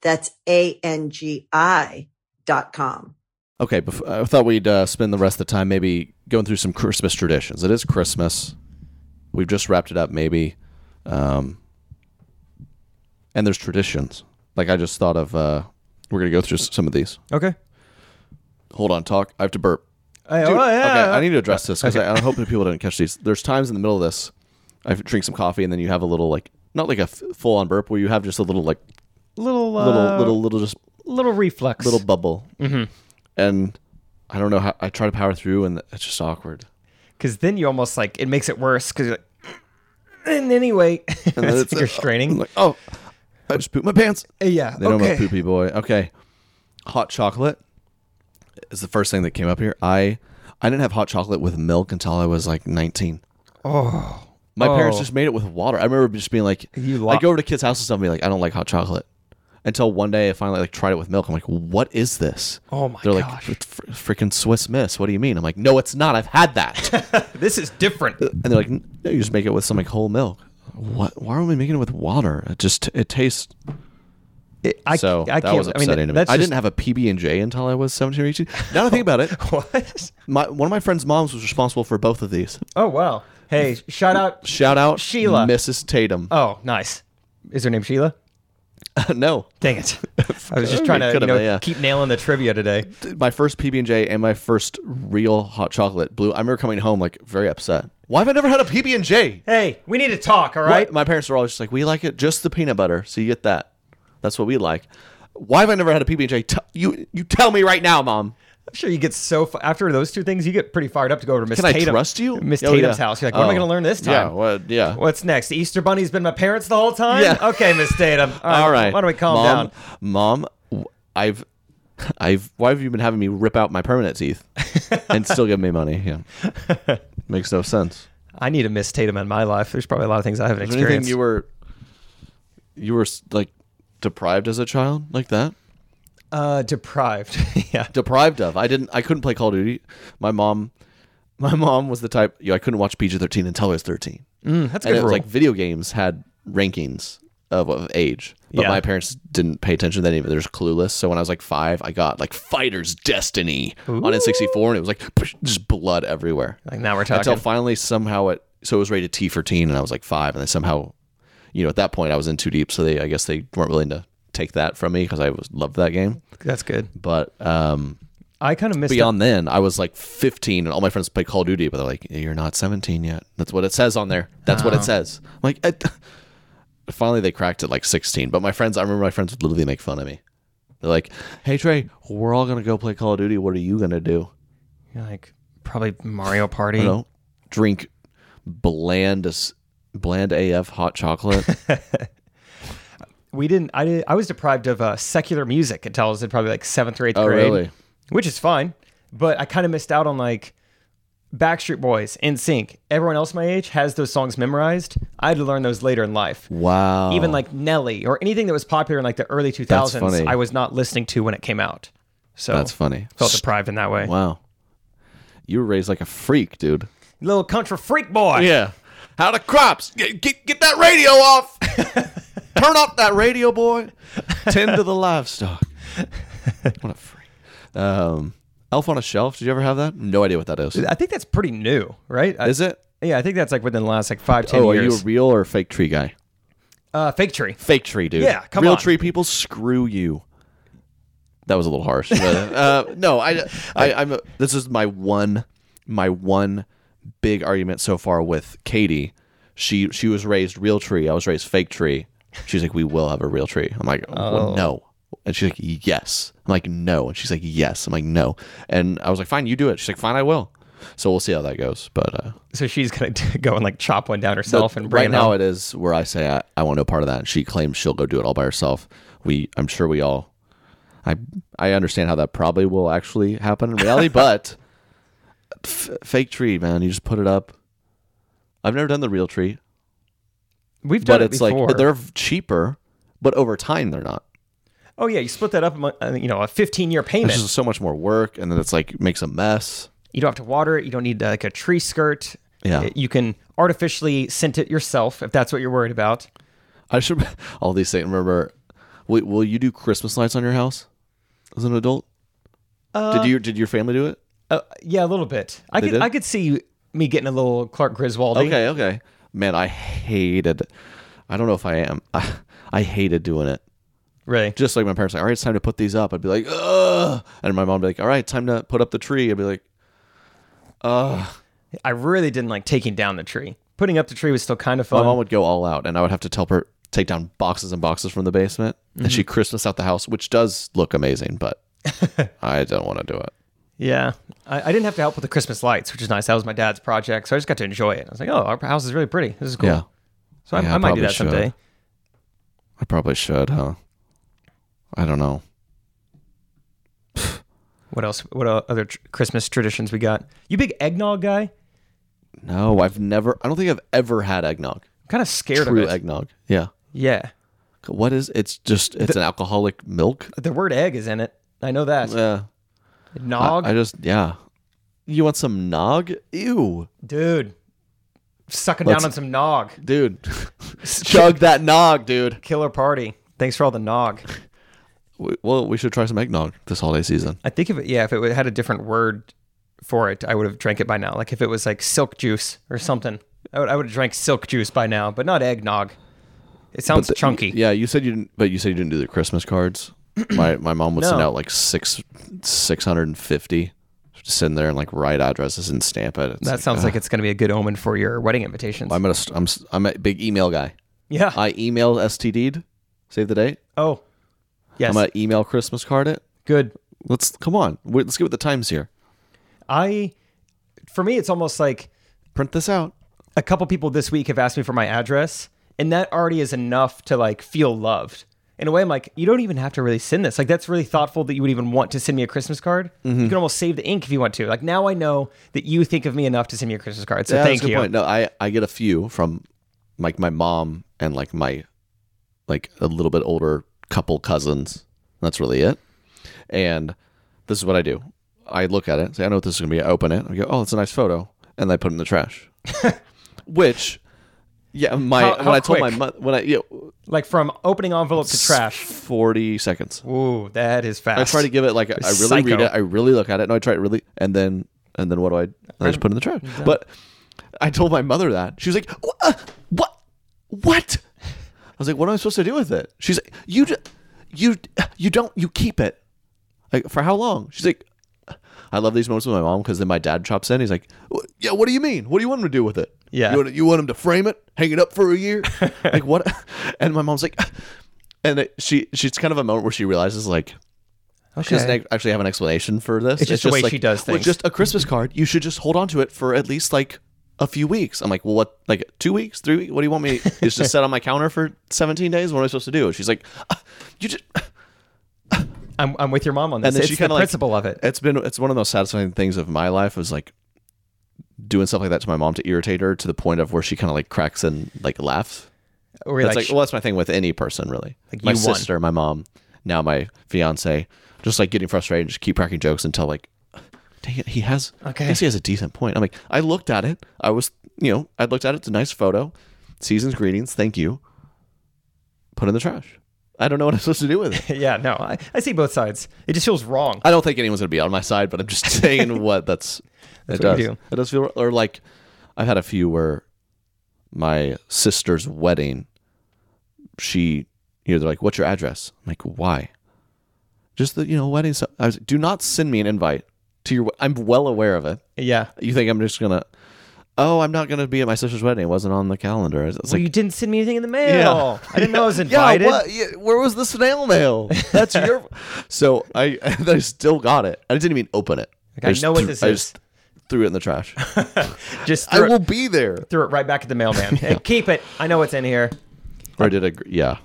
That's A-N-G-I dot com.
Okay, bef- I thought we'd uh, spend the rest of the time maybe going through some Christmas traditions. It is Christmas. We've just wrapped it up, maybe. Um, and there's traditions. Like I just thought of, uh, we're going to go through s- some of these.
Okay.
Hold on, talk. I have to burp.
Hey,
Dude,
oh, yeah.
okay, I need to address this because I'm hoping people didn't catch these. There's times in the middle of this, I drink some coffee and then you have a little like not like a full on burp where you have just a little like
little uh,
little little little just
little reflex.
little bubble, mm-hmm. and I don't know how I try to power through and it's just awkward.
because then you almost like it makes it worse because like, and anyway, <laughs>
And then it's uh,
you're
I'm <laughs>
straining.
like oh, I just pooped my pants.
yeah,
They know I'm a
okay.
poopy boy. Okay. Hot chocolate is the first thing that came up here. I I didn't have hot chocolate with milk until I was like 19. Oh. My parents
Oh.
just made it with water. I remember just being like,
You
I
lo-
go over to kids' houses and stuff and be like, I don't like hot chocolate. Until one day I finally like tried it with milk. I'm like, what is this?
Oh my
They're
gosh.
like, "Fr- fr- freaking Swiss Miss. What do you mean? I'm like, no, it's not. I've had
<laughs>
that.
This is different.
and they're like, no, you just make it with some like whole milk. What? Why are we making it with water? It just it tastes
It- I,
so
I
that
can't.
was
I mean,
upsetting to me.
that's
I
just-
didn't have a PB and J until I was seventeen or eighteen. Now that I think about
<laughs>
it,
What?
my one of my friend's moms was responsible for both of these.
Oh wow! Hey, shout
<laughs>
out.
Shout out
Sheila.
Mrs. Tatum. <laughs>
Oh, nice. Is her name Sheila?
no, <laughs>
Dang it! I was just trying to
Could've
you know,
been, yeah.
keep nailing the trivia today.
my first PB and J and my first real hot chocolate blue. I remember coming home like very upset. Why have I never had a PB and J?
Hey, we need to talk. All right.
Right? My parents were always just like, we like it just the peanut butter, so you get that. That's what we like. Why have I never had a PB and J? T- You you tell me right now, mom.
I'm sure you get so f- after those two things, you get pretty fired up to go over to Miss
Can I
Tatum.
trust you?
Miss
Oh,
Tatum's
yeah.
house. You're like, what am I
Oh.
going to learn this time?
Yeah, what- yeah.
What's next? The Easter Bunny's been my parents the whole time.
Yeah.
Okay, Miss
<laughs>
Tatum.
All right.
Why don't we calm
Mom-
down?
Mom, w- I've I've why have you been having me rip out my permanent teeth and still give me money? Yeah.
<laughs>
Makes no sense.
I need a Miss Tatum in my life. There's probably a lot of things I haven't
Is there anything
experienced.
you were you were like deprived as a child like that?
uh, deprived. <laughs> yeah.
Deprived of. I didn't I couldn't play Call of Duty. My mom my mom was the type you know, I couldn't watch PG thirteen until I was thirteen.
That's a
and
good
it
rule.
was like video games had rankings of, of age but
Yeah.
my parents didn't pay attention to that either they're just clueless so when i was like five i got like fighter's destiny on n64 and it was like psh, just blood everywhere
Like, now we're
until
talking.
finally somehow it so it was rated t for teen and i was like five and then somehow you know at that point i was in too deep so they i guess they weren't willing to take that from me because i was loved that game
That's good.
but um
I kind of missed out.
beyond then i was like 15 and all my friends played call of duty but they're like you're not 17 yet that's what it says on there that's
Oh.
what it <laughs> says I'm like I, finally they cracked it like 16 but my friends i remember my friends would literally make fun of me they're like hey trey we're all gonna go play call of duty what are you gonna do
You're like probably Mario Party.
you know drink bland as bland af hot
<laughs>
chocolate
We didn't. I did, I was deprived of uh, secular music until I was in probably like seventh or eighth
Oh,
grade,
really?
which is fine. But I kind of missed out on like Backstreet Boys, NSYNC. Everyone else my age has those songs memorized. I had to learn those later in life.
wow
Even like Nelly or anything that was popular in like the early 2000s,
funny.
I was not listening to when it came out. So
that's funny
Felt deprived in that way.
wow you were raised like a freak dude
Little country freak boy.
Yeah. How the crops? Get, get, get that radio <laughs> off. Turn off that radio, boy. Tend to the <laughs> livestock. What a freak. Um, Elf on a Shelf. Did you ever have that? No idea what that is.
I think that's pretty new, right? I-
Is it?
Yeah, I think that's like within the last like five, ten
oh, are you
years.
a real or fake tree guy?
uh, fake tree.
Fake tree, dude.
Yeah, come
real
on.
tree people screw you. That was a little harsh. but, uh, <laughs> no, I, I, I'm. A, this is my one, my one big argument so far with Katie. She she was raised real tree. I was raised fake tree. She's like, we will have a real tree. I'm like, well, no. And she's like, yes. I'm like, no. And she's like, yes. I'm like, no. And I was like, fine, you do it. She's like, fine, I will. So we'll see how that goes. But uh,
So she's gonna <laughs> go and like chop one down herself and bring
right
it
now
home.
it is where I say I, I want no part of that. She claims she'll go do it all by herself. We I'm sure we all I I understand how that probably will actually happen in
<laughs>
reality, but f- fake tree, man, you just put it up. I've never done the real tree,
We've done
but
it
it's
before.
like they're cheaper, but over time they're not.
oh yeah, you split that up among uh, you know a 15 year
It's
payment.
just so much more work, and then it's like makes a mess.
you don't have to water it. You don't need uh, like a tree skirt.
Yeah.
It- you can artificially scent it yourself if that's what you're worried about.
I should <laughs> all these things. Remember, will, will you do Christmas lights on your house as an adult? did you did your family do it?
Uh, yeah, a little bit. I could
did?
I could see me getting a little Clark Griswold.
Okay, okay. <laughs> Man, I hated. I don't know if I am. I, I hated doing it.
Really?
Just like my parents, like, all right, it's time to put these up. I'd be like, ugh. And my mom would be like, all right, time to put up the tree. I'd be like,
I really didn't like taking down the tree. Putting up the tree was still kind of
my
fun.
mom would go all out, and I would have to help her take down boxes and boxes from the basement. And she Christmas out the house, which does look amazing, <laughs> but I don't want to do it.
yeah. I, I didn't have to help with the Christmas lights, which is nice. That was my dad's project. So I just got to enjoy it. I was like, oh, our house is really pretty. This is cool.
Yeah.
so I,
Yeah,
I might
probably
do that
should.
someday.
I probably should, huh? I don't know.
What else? What o- other tr- Christmas traditions we got? You big eggnog guy? I'm
No, I've never. I don't think I've ever had eggnog.
kind of scared
True
of it.
eggnog. Yeah.
Yeah.
What is? It's just. It's an alcoholic milk.
The word egg is in it. I know that.
Yeah.
Nog?
Uh, I just. Yeah. You want some nog? Ew,
dude. Sucking
Let's-
down on some nog. <laughs>
dude. Chug that nog, dude.
Killer party. Thanks for all the nog.
We- Well, we should try some eggnog this holiday season.
I think if it, yeah, if it had a different word for it, I would have drank it by now. Like if it was like silk juice or something, I would I would have drank silk juice by now, but not eggnog. It sounds
the-
chunky.
Yeah, you said you didn't, but you said you didn't do the Christmas
<clears throat>
cards. my my mom would send
No.
out like six six hundred and fifty. Just in there and like write addresses and stamp it. It's
That sounds like it's going to be a good omen for your wedding invitations.
Uh. I'm gonna. St- I'm. s- I'm a big email guy.
yeah.
I email STD'd. Save the date.
oh. Yes.
I'm gonna email Christmas card it.
good.
Let's come on. We- Let's get with the times here.
I for me it's almost like
Print this out.
a couple people this week have asked me for my address, and that already is enough to like feel loved. In a way, I'm like, you don't even have to really send this. Like, that's really thoughtful that you would even want to send me a Christmas card.
Mm-hmm.
You can almost save the ink if you want to. Like, now I know that you think of me enough to send me a Christmas card. So
Yeah,
thank
that's a good
you.
Point. No, I I get a few from like my mom and like my like a little bit older couple cousins. That's really it. And this is what I do. I look at it. Say, I know what this is gonna be. I open it. I go, oh, it's a nice photo, and I put it in the
<laughs>
trash. Which, yeah, my
How- how
when I told my
quick?
mother when I yeah,
Like, from opening envelope to trash.
forty seconds.
Ooh, that is fast.
I try to give it like I really read
psycho.
it. I really look at it. No, I try to really, and then and then what do I? I just put it in the trash. But I told my mother that she was like, "Wha- uh, "What? What?" I was like, "What am I supposed to do with it?" She's like, "You, d- you, you don't. You keep it. Like for how long?" She's like, "I love these moments with my mom because then my dad chops in. He's like, "Wha- "Yeah, what do you mean? What do you want him to do with it?
Yeah.
you want, you want him to frame it, hang it up for a
<laughs>
year? like what?" And my mom's like. And it- she she's kind of a moment where she realizes like she doesn't ac- actually have an explanation for this.
It's just the way
like,
she does
Well,
things.
just a Christmas card. You should just hold on to it for at least like a few weeks. I'm like, well, what? Like two weeks, three weeks? What do you want me? It's just set on my counter for 17 days. What am I supposed to do? She's like, "Ah, you just.
I'm, I'm with your mom on this.
And then
it's
she
the
kind of like
principle of it.
<laughs> It's been it's one of those satisfying things of my life was like doing stuff like that to my mom to irritate her to the point of where she kind of like cracks and like laughs.
Where you're
That's
like,
like, well, that's my thing with any person, really.
Like,
my
you won.
sister, my mom, now my fiance, just like getting frustrated, and just keep cracking jokes until like, dang it, he has. Okay, I guess he has a decent point. I'm like, I looked at it. I was, you know, I looked at it. It's a nice photo. Season's greetings. Thank you. Put in the trash. I don't know what I'm supposed to do
<laughs>
with it.
yeah, no, I, I see both sides. It just feels wrong.
I don't think anyone's gonna be on my side, but I'm just
<laughs>
saying what that's.
That's
it
what you
does.
do.
It does feel or like I've had a few where my sister's wedding, she you know they're like, "What's your address?" I'm like, "Why?" Just the you know wedding. So I was do not send me an invite to your. we- I'm well aware of it.
yeah.
You think I'm just gonna? Oh, I'm not gonna be at my sister's wedding. It wasn't on the calendar. It's it's
Well,
like,
you didn't send me anything in the mail. I didn't know I
<laughs>
was
yeah,
invited.
what? yeah, where was the snail mail? That's
<laughs>
your. so I, <laughs> I still got it. I didn't even open it.
I
just
know what
threw-
this
I
is.
just threw it in the
<laughs>
trash.
Just
I
threw it-
will be there.
threw it right back at
<laughs>
the mailman. Hey, keep it. I know what's in here.
Or I did a gr- yeah.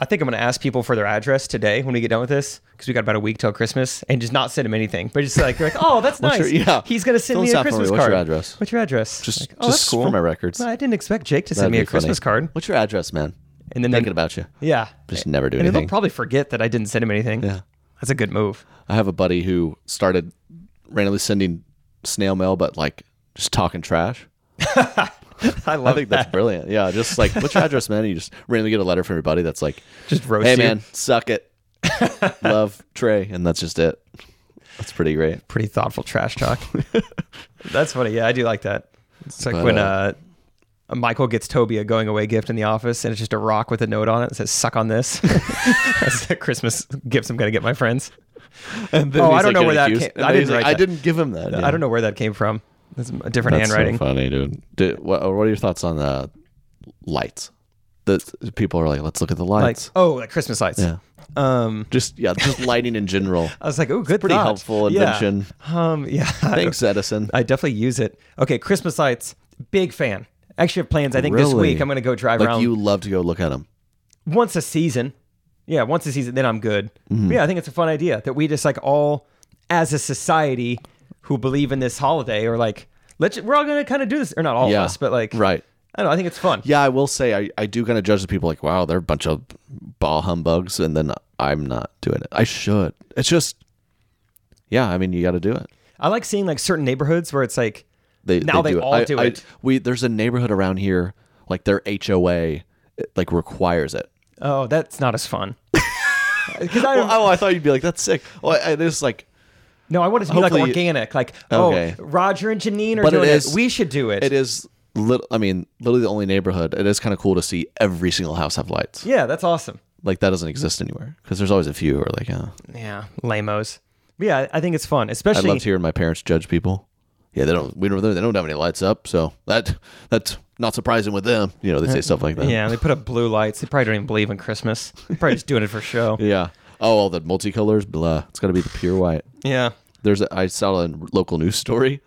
I think I'm going to ask people for their address today when we get done with this because we got about a week till Christmas and just not send him anything. But just like, like oh, that's
<laughs>
nice.
What's your- yeah.
He's going to send
Don't
me a
stop for me.
Christmas
What's your
card.
address?
What's your address?
Just-
Like, oh, that's
just for
cool.
my records.
Well, I didn't expect Jake to
That'd
send me
be
a Christmas
funny.
card.
What's your address, man?
And then
Thinking
they-
about you.
Yeah.
Just never do
and they'll
anything.
probably forget that I didn't send him anything.
Yeah.
That's a good move.
I have a buddy who started randomly sending snail mail, but like just talking trash.
<laughs>
<laughs>
I
I
love
think
that.
that's brilliant. Yeah, just like what's your address, man? And you just randomly get a letter from your buddy that's like,
Just roast
hey,
you. <laughs>
man, suck it, love Trey, and that's just it. That's pretty great. <laughs>
Pretty thoughtful trash talk. that's funny. Yeah, I do like that. It's like
But,
when
uh,
uh, Michael gets Toby a going away gift in the office, and it's just a rock with a note on it that says "suck
<laughs>
on this." That's the Christmas gifts I'm gonna get my friends.
And then
Oh,
he's,
I
like,
don't know
getting
where that
accused.
came-
And
I
then he's
didn't
like,
write
I
that.
didn't give him that.
I don't know where that came from. That's a different
That's so
handwriting.
funny, dude. Did, what, what are your thoughts on the lights? That people are like, let's look at the
like
lights.
oh, like Christmas lights.
yeah,
Um,
just yeah,
<laughs>
just lighting in general.
I was like, oh, good,
Pretty
thought.
helpful
Yeah.
invention.
Um, yeah.
Thanks, Edison.
<laughs> I definitely use it. Okay, Christmas lights. Big fan. Actually, have plans. I think this
Really?
week I'm gonna go drive
like
around
you love to go look at them.
once a season. Yeah, once a season, then I'm good.
Mm-hmm.
But Yeah, I think it's a fun idea that we just like all, as a society, who believe in this holiday, or like, let's we're all gonna kind of do this, or not all
Yeah.
of us, but like,
Right.
I don't know. I think it's fun.
Yeah, I will say I, I do kind of judge the people like, wow, they're a bunch of ball humbugs, and then I'm not doing it. I should. It's just, yeah. I mean, you got to do it.
I like seeing like certain neighborhoods where it's like,
They
Now they
do it.
all
I-
do
I-
it.
We there's a neighborhood around here, like their HOA, it, like requires it.
oh, that's not
<laughs>
as fun. 'Cause I,
Well,
<laughs>
oh, I thought you'd be like, that's sick. Well, I, there's like,
no, I want it to be like
Hopefully-
organic. Like,
Okay.
oh, Roger and Janine are
But it
doing it.
is-
We should do it.
it is. Little, I mean, literally the only neighborhood. It is kind of cool to see every single house have lights.
Yeah, that's awesome.
Like that doesn't exist anywhere because there's always a few who are like, oh,
Yeah, lamos. But yeah, I think it's fun,
I
especially
loved hearing my parents judge people. Yeah, they don't. We don't. They don't have any lights up, so that that's not surprising with them. You know, they say stuff like that. <laughs>
Uh, Yeah, they put up blue lights. They probably don't even believe in Christmas. They're probably just doing it for show.
<laughs> yeah. Oh, all the multicolors, blah. It's got to be the pure white.
Yeah.
There's. A, I saw a local news story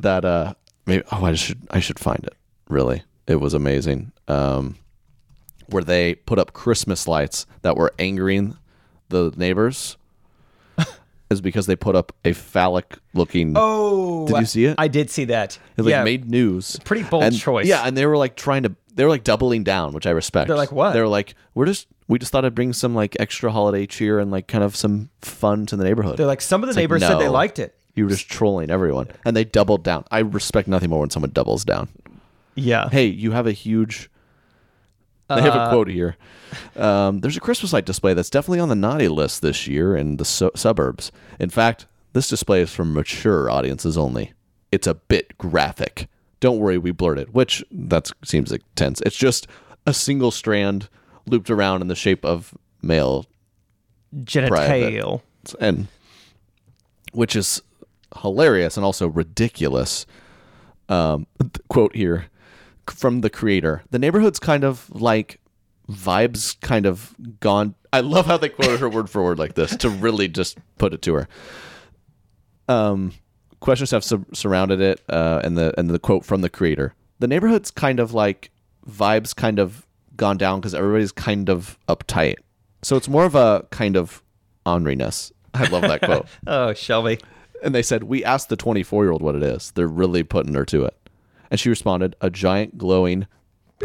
that uh maybe. Oh, I should. I should find it. Really, it was amazing. Um, where they put up Christmas lights that were angering the
<laughs>
neighbors, is because they put up a phallic looking.
Oh,
Did you see it?
I did see that.
It like
yeah,
made news.
pretty bold
And-
choice.
Yeah, and they were like trying to they were like doubling down, which I respect.
They're like, "What?"
They were like, We're just we just thought I'd bring some like extra holiday cheer and like kind of some fun to the neighborhood.
they're like some of the
It's
neighbors said they
no.
liked it.
You were just trolling everyone. And they doubled down. I respect nothing more when someone doubles down.
Yeah.
Hey, you have a huge they have a quote here. Um, there's a Christmas light display that's definitely on the naughty list this year in the su- suburbs. In fact, this display is for mature audiences only. It's a bit graphic. Don't worry, we blurred it, which that seems like tense. It's just a single strand looped around in the shape of male
Genitalia.
and which is hilarious and also ridiculous. Um, th- quote here from the creator: "The neighborhood's kind of like vibes, kind of gone." I love how they quoted her word for word like this to really just put it to her. Um, questions have sur- surrounded it, uh, and the and the quote from the creator: "The neighborhood's kind of like vibes, kind of gone down because everybody's kind of uptight. So it's more of a kind of orneriness." I love that quote.
Oh, Shelby.
And they said, We asked the 24 year old what it is. They're really putting her to it. And she responded, A giant glowing. <laughs>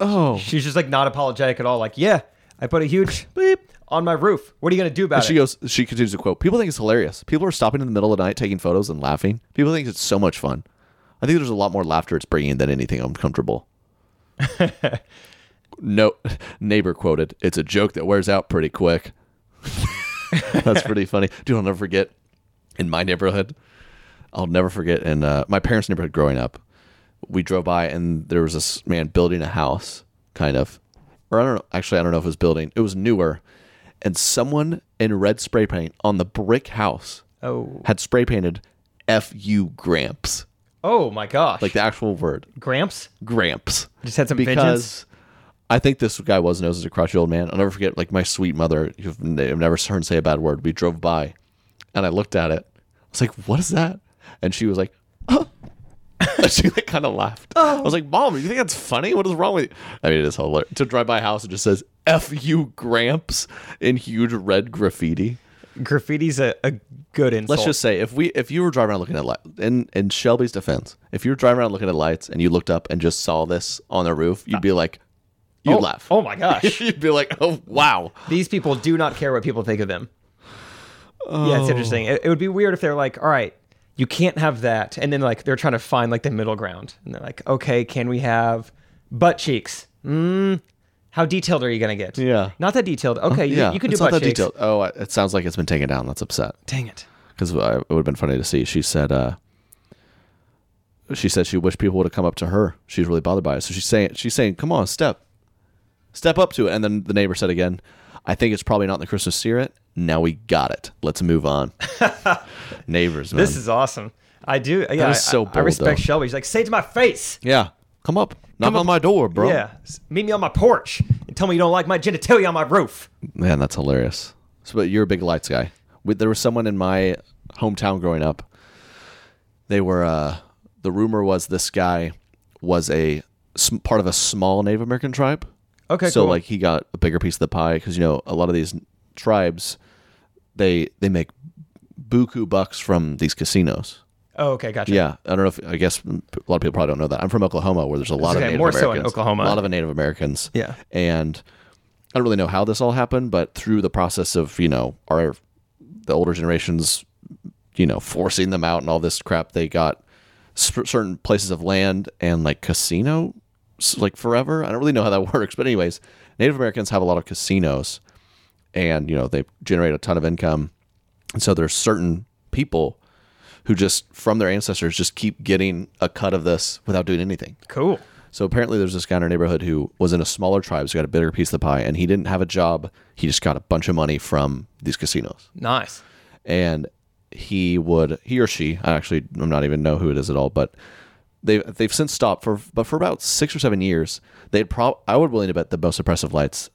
oh.
She's just like not apologetic at all. Like, yeah, I put a huge bleep on my roof. What are you gonna do about
She
it?
goes, she continues to quote, People think it's hilarious. People are stopping in the middle of the night taking photos and laughing. People think it's so much fun. I think there's a lot more laughter it's bringing than anything uncomfortable. no, neighbor quoted, It's a joke that wears out pretty quick. <laughs> That's pretty funny. Dude, I'll never forget in my neighborhood. I'll never forget in uh, my parents' neighborhood growing up. We drove by and there was this man building a house, kind of, or I don't know. Actually, I don't know if it was building. It was newer, and someone in red spray paint on the brick house
oh,
had spray painted "F U Gramps,"
oh my gosh.
like the actual word
Gramps
"Gramps."
just had some vengeance.
because I think this guy was known as a crotchety old man. I'll never forget, like my sweet mother, you've n- I've never heard her say a bad word. We drove by, and I looked at it. I was like, "What is that?" And she was like, <laughs> "Oh." she like kind of laughed.
Oh.
I was like, "Mom, you think that's funny? What is wrong with you?" I mean, it is hilarious to drive by a house and just says "F you Gramps" in huge red graffiti.
Graffiti's a, a good insult.
Let's just say if we if you were driving around looking at lights in in Shelby's defense, if you were driving around looking at lights and you looked up and just saw this on the roof, you'd be like, you'd
Uh, oh,
laugh.
Oh my
<laughs>
gosh.
You'd be like, oh wow.
These people do not care what people think of them. Yeah, it's interesting.
Oh.
It, it would be weird if they're like, all right, you can't have that. And then like they're trying to find like the middle ground. And they're like, okay, can we have butt cheeks? Mm, how detailed are you going to get?
Yeah.
Not that detailed. Okay, you, you can do
it's not
butt
that
cheeks.
detailed. Oh, I- it sounds like it's been taken down. That's upset
Dang it.
because it would have been funny to see. She said, uh, she said she wished people would have come up to her. She's really bothered by it. So she's saying she's saying, "Come on, step, step up to it." And then the neighbor said again, "I think it's probably not in the Christmas spirit. Now we got it. Let's move <laughs> on." Neighbors, man.
This is awesome. I do. Yeah,
is
I-
so
I,
bold,
respect
though.
Shelby. She's like, say it to my face.
yeah. Come up, knock on my door, bro.
Yeah. S- Meet me on my porch and tell me you don't like my genitalia on my roof.
Man, that's hilarious. So, but you're a big lights guy. With, there was someone in my hometown growing up. They were. Uh, the rumor was this guy was a sm- part of a small Native American tribe.
Okay,
So
cool.
like he got a bigger piece of the pie because you know a lot of these tribes, they they make buku bucks from these casinos.
Oh, okay, gotcha.
Yeah, I don't know if I guess a lot of people probably don't know that. I'm from Oklahoma, where there's a lot of
Okay,
Native
more so in
Americans.
Oklahoma.
a lot of Native Americans.
Yeah.
and I don't really know how this all happened, but through the process of you know our the older generations, you know, forcing them out and all this crap, they got sp- certain places of land and like casino, s- like forever. I don't really know how that <laughs> works, but anyways, Native Americans have a lot of casinos, and you know they generate a ton of income, and so there's certain people who just from their ancestors just keep getting a cut of this without doing anything.
Cool.
So apparently there's this guy in our neighborhood who was in a smaller tribe, so got a bigger piece of the pie, and he didn't have a job. He just got a bunch of money from these casinos.
Nice.
And he would he or she, I actually I'm not even know who it is at all, but they they've since stopped for but for about six or seven years, they'd prob I would willing to bet the most oppressive lights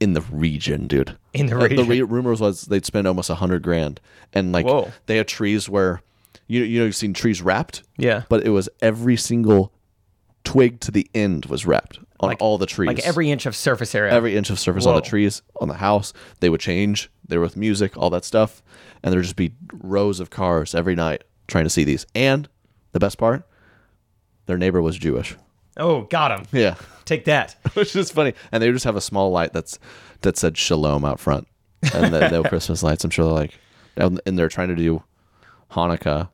in the region, dude.
In the
Uh,
region.
re- rumors was they'd spend almost a hundred grand, and like
Whoa.
they had trees where, you you know, you've seen trees wrapped.
Yeah.
But it was every single twig to the end was wrapped on all the trees.
Like every inch of surface area.
every inch of surface on the
Whoa.
trees on the house. They would change. They were with music, all that stuff, and there'd just be rows of cars every night trying to see these. And the best part, their neighbor was Jewish. <laughs>
oh, got him.
Yeah. <laughs>
Take that.
which is funny. And they just have a small light that's that said Shalom out front, and the,
<laughs>
no Christmas lights. I'm sure they're like, and and they're trying to do Hanukkah.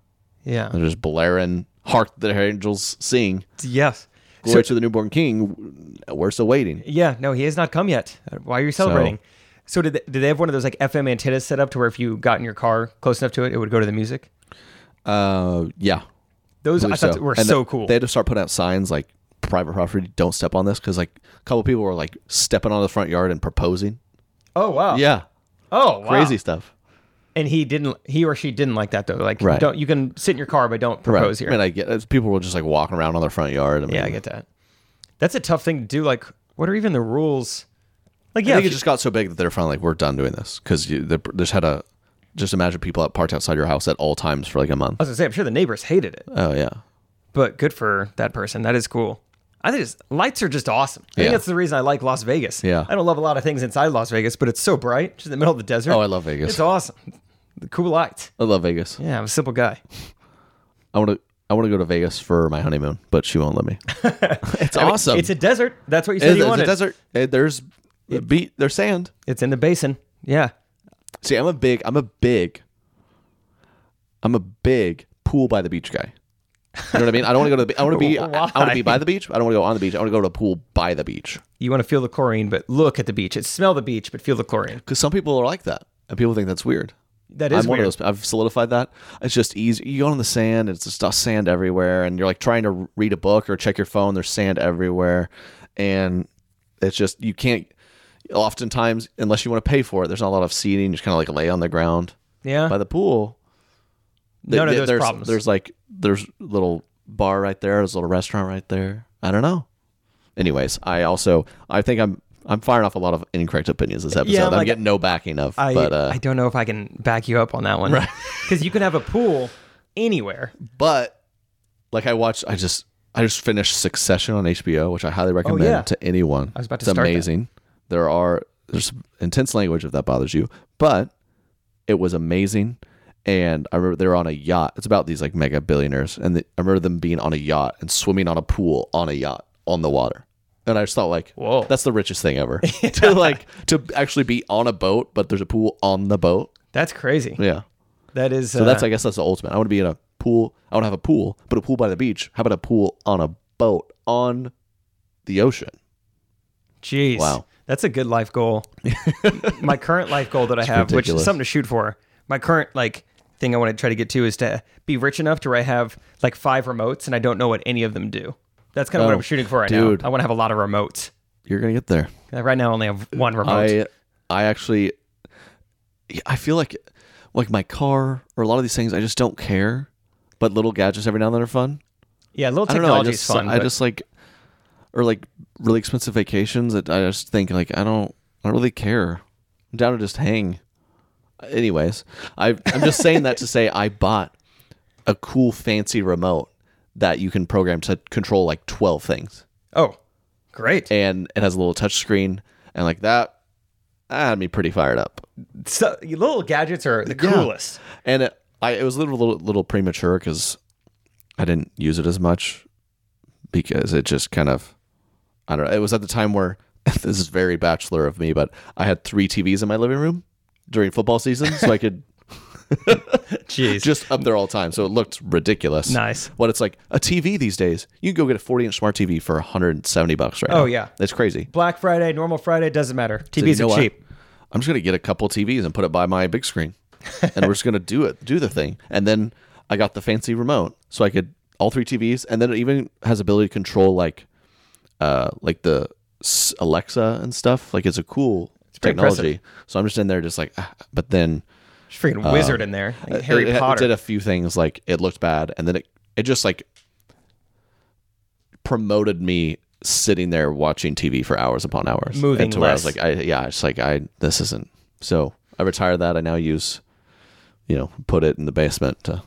Yeah.
They're just blaring, "Hark the angels sing,
Yes.
glory to the newborn King." We're still waiting.
Yeah, no, he has not come yet. Uh, Why are you celebrating? So, did, they, did they have one of those like FM antennas set up to where if you got in your car close enough to it, it would go to the music?
Uh, yeah,
Those I
believe
thought
so.
were
And
so
th-
cool.
They had to start putting out signs like "Private property, don't step on this," because like a couple people were like stepping on the front yard and proposing.
oh wow.
Yeah,
Oh wow.
crazy stuff.
And he didn't. He or she didn't like that though. Like,
Right.
don't you can sit in your car, but don't propose
right.
here.
I mean, I get it's- people were just like walking around on their front yard. I mean,
yeah, I get that. That's a tough thing to do. Like, what are even the rules? Like,
I
yeah,
think
if
it just got so big that they're finally like, we're done doing this because there's had a just imagine people out parked outside your house at all times for like a month.
I was gonna say, I'm sure the neighbors hated it,
Oh yeah,
but good for that person. That is cool. I think it's, lights are just awesome. I think
Yeah.
that's the reason I like Las Vegas.
Yeah.
I don't love a lot of things inside Las Vegas, but it's so bright, just in the middle of the desert.
Oh, I love Vegas.
It's awesome. The cool lights.
I love Vegas.
Yeah, I'm a simple guy.
I want to I want to go to Vegas for my honeymoon, but she won't let me. <laughs>
<laughs>
it's awesome.
It's a desert. That's what you
It is-
said
it's,
you wanted.
a desert. Eh, There's beat. There's sand.
It's in the basin. Yeah.
See, I'm a big. I'm a big. I'm a big pool by the beach guy. You know what I mean? I don't want to go to the. Be- I want to <laughs> be. I, want to be by the beach. I don't want to go on the beach. I want to go to a pool by the beach.
You want to feel the chlorine, but look at the beach. It's smell the beach, but feel the chlorine.
Because some people are like that, and people think that's weird.
That is
I'm one of
weird.
those. I've solidified that. It's just easy. You go on the sand, it's just uh, sand everywhere, and you're like trying to read a book or check your phone. There's sand everywhere, and it's just you can't. Oftentimes, unless you want to pay for it, there's not a lot of seating. You just kind of like lay on the ground
Yeah.
by the pool.
No, no,
Th-
there's
there's
problems.
There's like there's little bar right there. There's a little restaurant right there. I don't know. Anyways, I also I think I'm I'm firing off a lot of incorrect opinions this episode.
I'm
I'm,
like-
getting no backing of,
I,
but uh,
I don't know if I can back you up on that one. <laughs> Right. Because you can have a pool anywhere.
but like I watched, I just I just finished Succession on HBO, which I highly recommend
Oh, yeah.
to anyone.
I was about to
it's
start that.
amazing. There are there's intense language if that bothers you, but it was amazing. And I remember they were on a yacht. It's about these like mega billionaires, and the, I remember them being on a yacht and swimming on a pool on a yacht on the water. And I just thought like,
Whoa.
that's the richest thing
<laughs>
ever <laughs> to like to actually be on a boat, but there's a pool on the boat.
That's crazy.
Yeah.
That is.
So
uh,
that's I guess that's the ultimate. I want to be in a pool. I want to have a pool, but a pool by the beach. How about a pool on a boat on the ocean?
Jeez.
Wow.
That's a
<laughs>
good life goal. my current life goal that I have, which is
ridiculous.
something to shoot for, my current like thing I want to try to get to is to be rich enough to where I have like five remotes and I don't know what any of them do. That's kind of what
Oh,
I'm shooting for right
dude.
now. I want to have a lot of remotes.
You're gonna get there.
Uh, Right now, I only have one remote.
I I actually I feel like like my car or a lot of these things I just don't care. But little gadgets every now and then are fun.
yeah, little
I don't know. I
technology
just
is fun.
I
but-
just like or like really expensive vacations. That I just think like I don't I don't really care. I'm down to just hang. Anyways, I I'm just saying that to say I bought a cool fancy remote that you can program to control like twelve things
oh, great.
and it has a little touch screen and like that that had me pretty fired up
So, your little gadgets are the
Yeah.
coolest.
and it, I, it was a little little, little premature because i didn't use it as much because it just kind of i don't know it was at the time where <laughs> this is very bachelor of me but i had three tvs in my living room during football season so i
<laughs>
could
Jeez.
just up there all the time so it looked ridiculous
Nice.
but it's like a tv these days you can go get a 40 inch smart tv for 170 bucks right
Oh,
now.
yeah.
it's crazy
Black Friday, normal Friday, doesn't matter. TVs
you know
are
what?
cheap.
I'm just gonna get a couple TVs and put it by my big screen, and we're just gonna do it, do the thing. And then I got the fancy remote, so I could all three TVs, and then it even has ability to control like, uh, like the s- Alexa and stuff. Like it's a cool
pretty
technology. So I'm just in there, just like, ah, but then
There's a freaking wizard
Um,
in there. Like Harry
it, it
Potter.
did uh, a few things like it looked bad, and then it it just like promoted me sitting there watching TV for hours upon hours,
Moving
and to where I was
less.
like, I yeah, it's like I this isn't. So I retired that. I now use, you know, put it in the basement to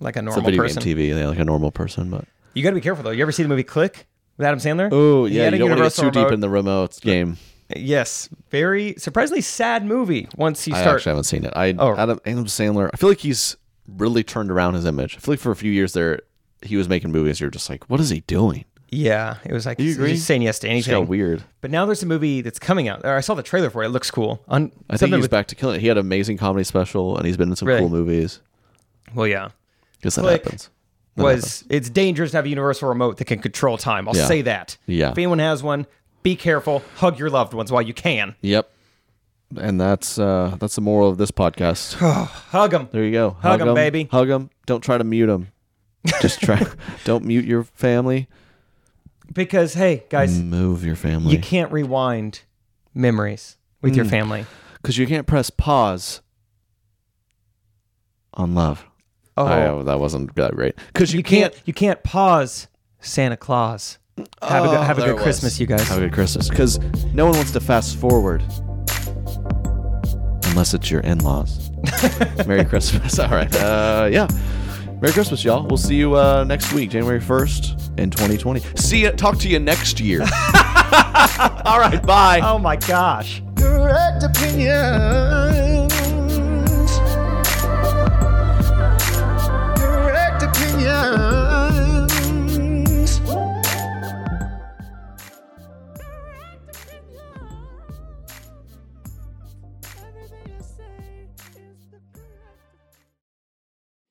like a
it's a
normal
video
person.
game TV, yeah, like a normal person. But
You got to be careful though. You ever see the movie Click with Adam Sandler?
oh
He
yeah,
had
you
a
don't want to get
universal
too deep
remote.
in the remote game.
Yes, very surprisingly sad movie. Once you
I
start,
actually haven't seen it. I
Oh.
Adam, Adam Sandler. I feel like he's really turned around his image. I feel like for a few years there, he was making movies. You're just like, what is he doing?
yeah, it was like
you
he's
agree?
just saying yes to
It's kind
anything.
of weird.
But now there's a movie that's coming out. Or I saw the trailer for it. It looks cool.
I
On
think
something
he's
with-
back to killing it. He had an amazing comedy special, and he's been in some
Really?
cool movies.
Well, yeah,
Guess that
Click.
happens. That happens.
was it's dangerous to have a universal remote that can control time. I'll
Yeah.
say that.
Yeah.
If anyone has one, be careful. Hug your loved ones while you can.
Yep. And that's uh, that's the moral of this podcast.
Hug them.
There you go.
Hug 'em, baby.
Hug them. Don't try to mute them. Just
<laughs>
try. don't mute your family.
Because hey, guys,
Move your
you
family
can't rewind memories with
Mm.
your family.
because you can't press pause on love.
Oh,
I- oh, that wasn't that great. Because you,
you
can't.
can't you can't pause Santa Claus. Have a
Oh,
good, have a
there
good
it
Christmas,
was.
you guys.
Have a good Christmas. Because no one wants to fast forward unless it's your in <laughs> laws. Merry Christmas. All right. Uh, yeah. Merry Christmas, y'all. We'll see you uh, next week, January 1st in 2020. See you. Talk to you next <laughs> year. All right. Bye.
Oh my gosh.
Correct opinions. Correct opinions.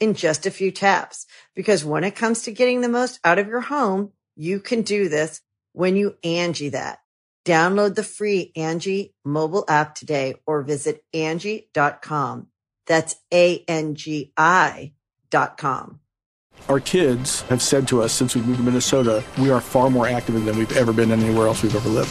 in just a few taps. Because when it comes to getting the most out of your home, you can do this when you Angie that. Download the free Angie mobile app today or visit Angie.com. That's A-N-G-I dot com.
Our kids have said to us since we moved to Minnesota, we are far more active than we've ever been anywhere else we've ever lived.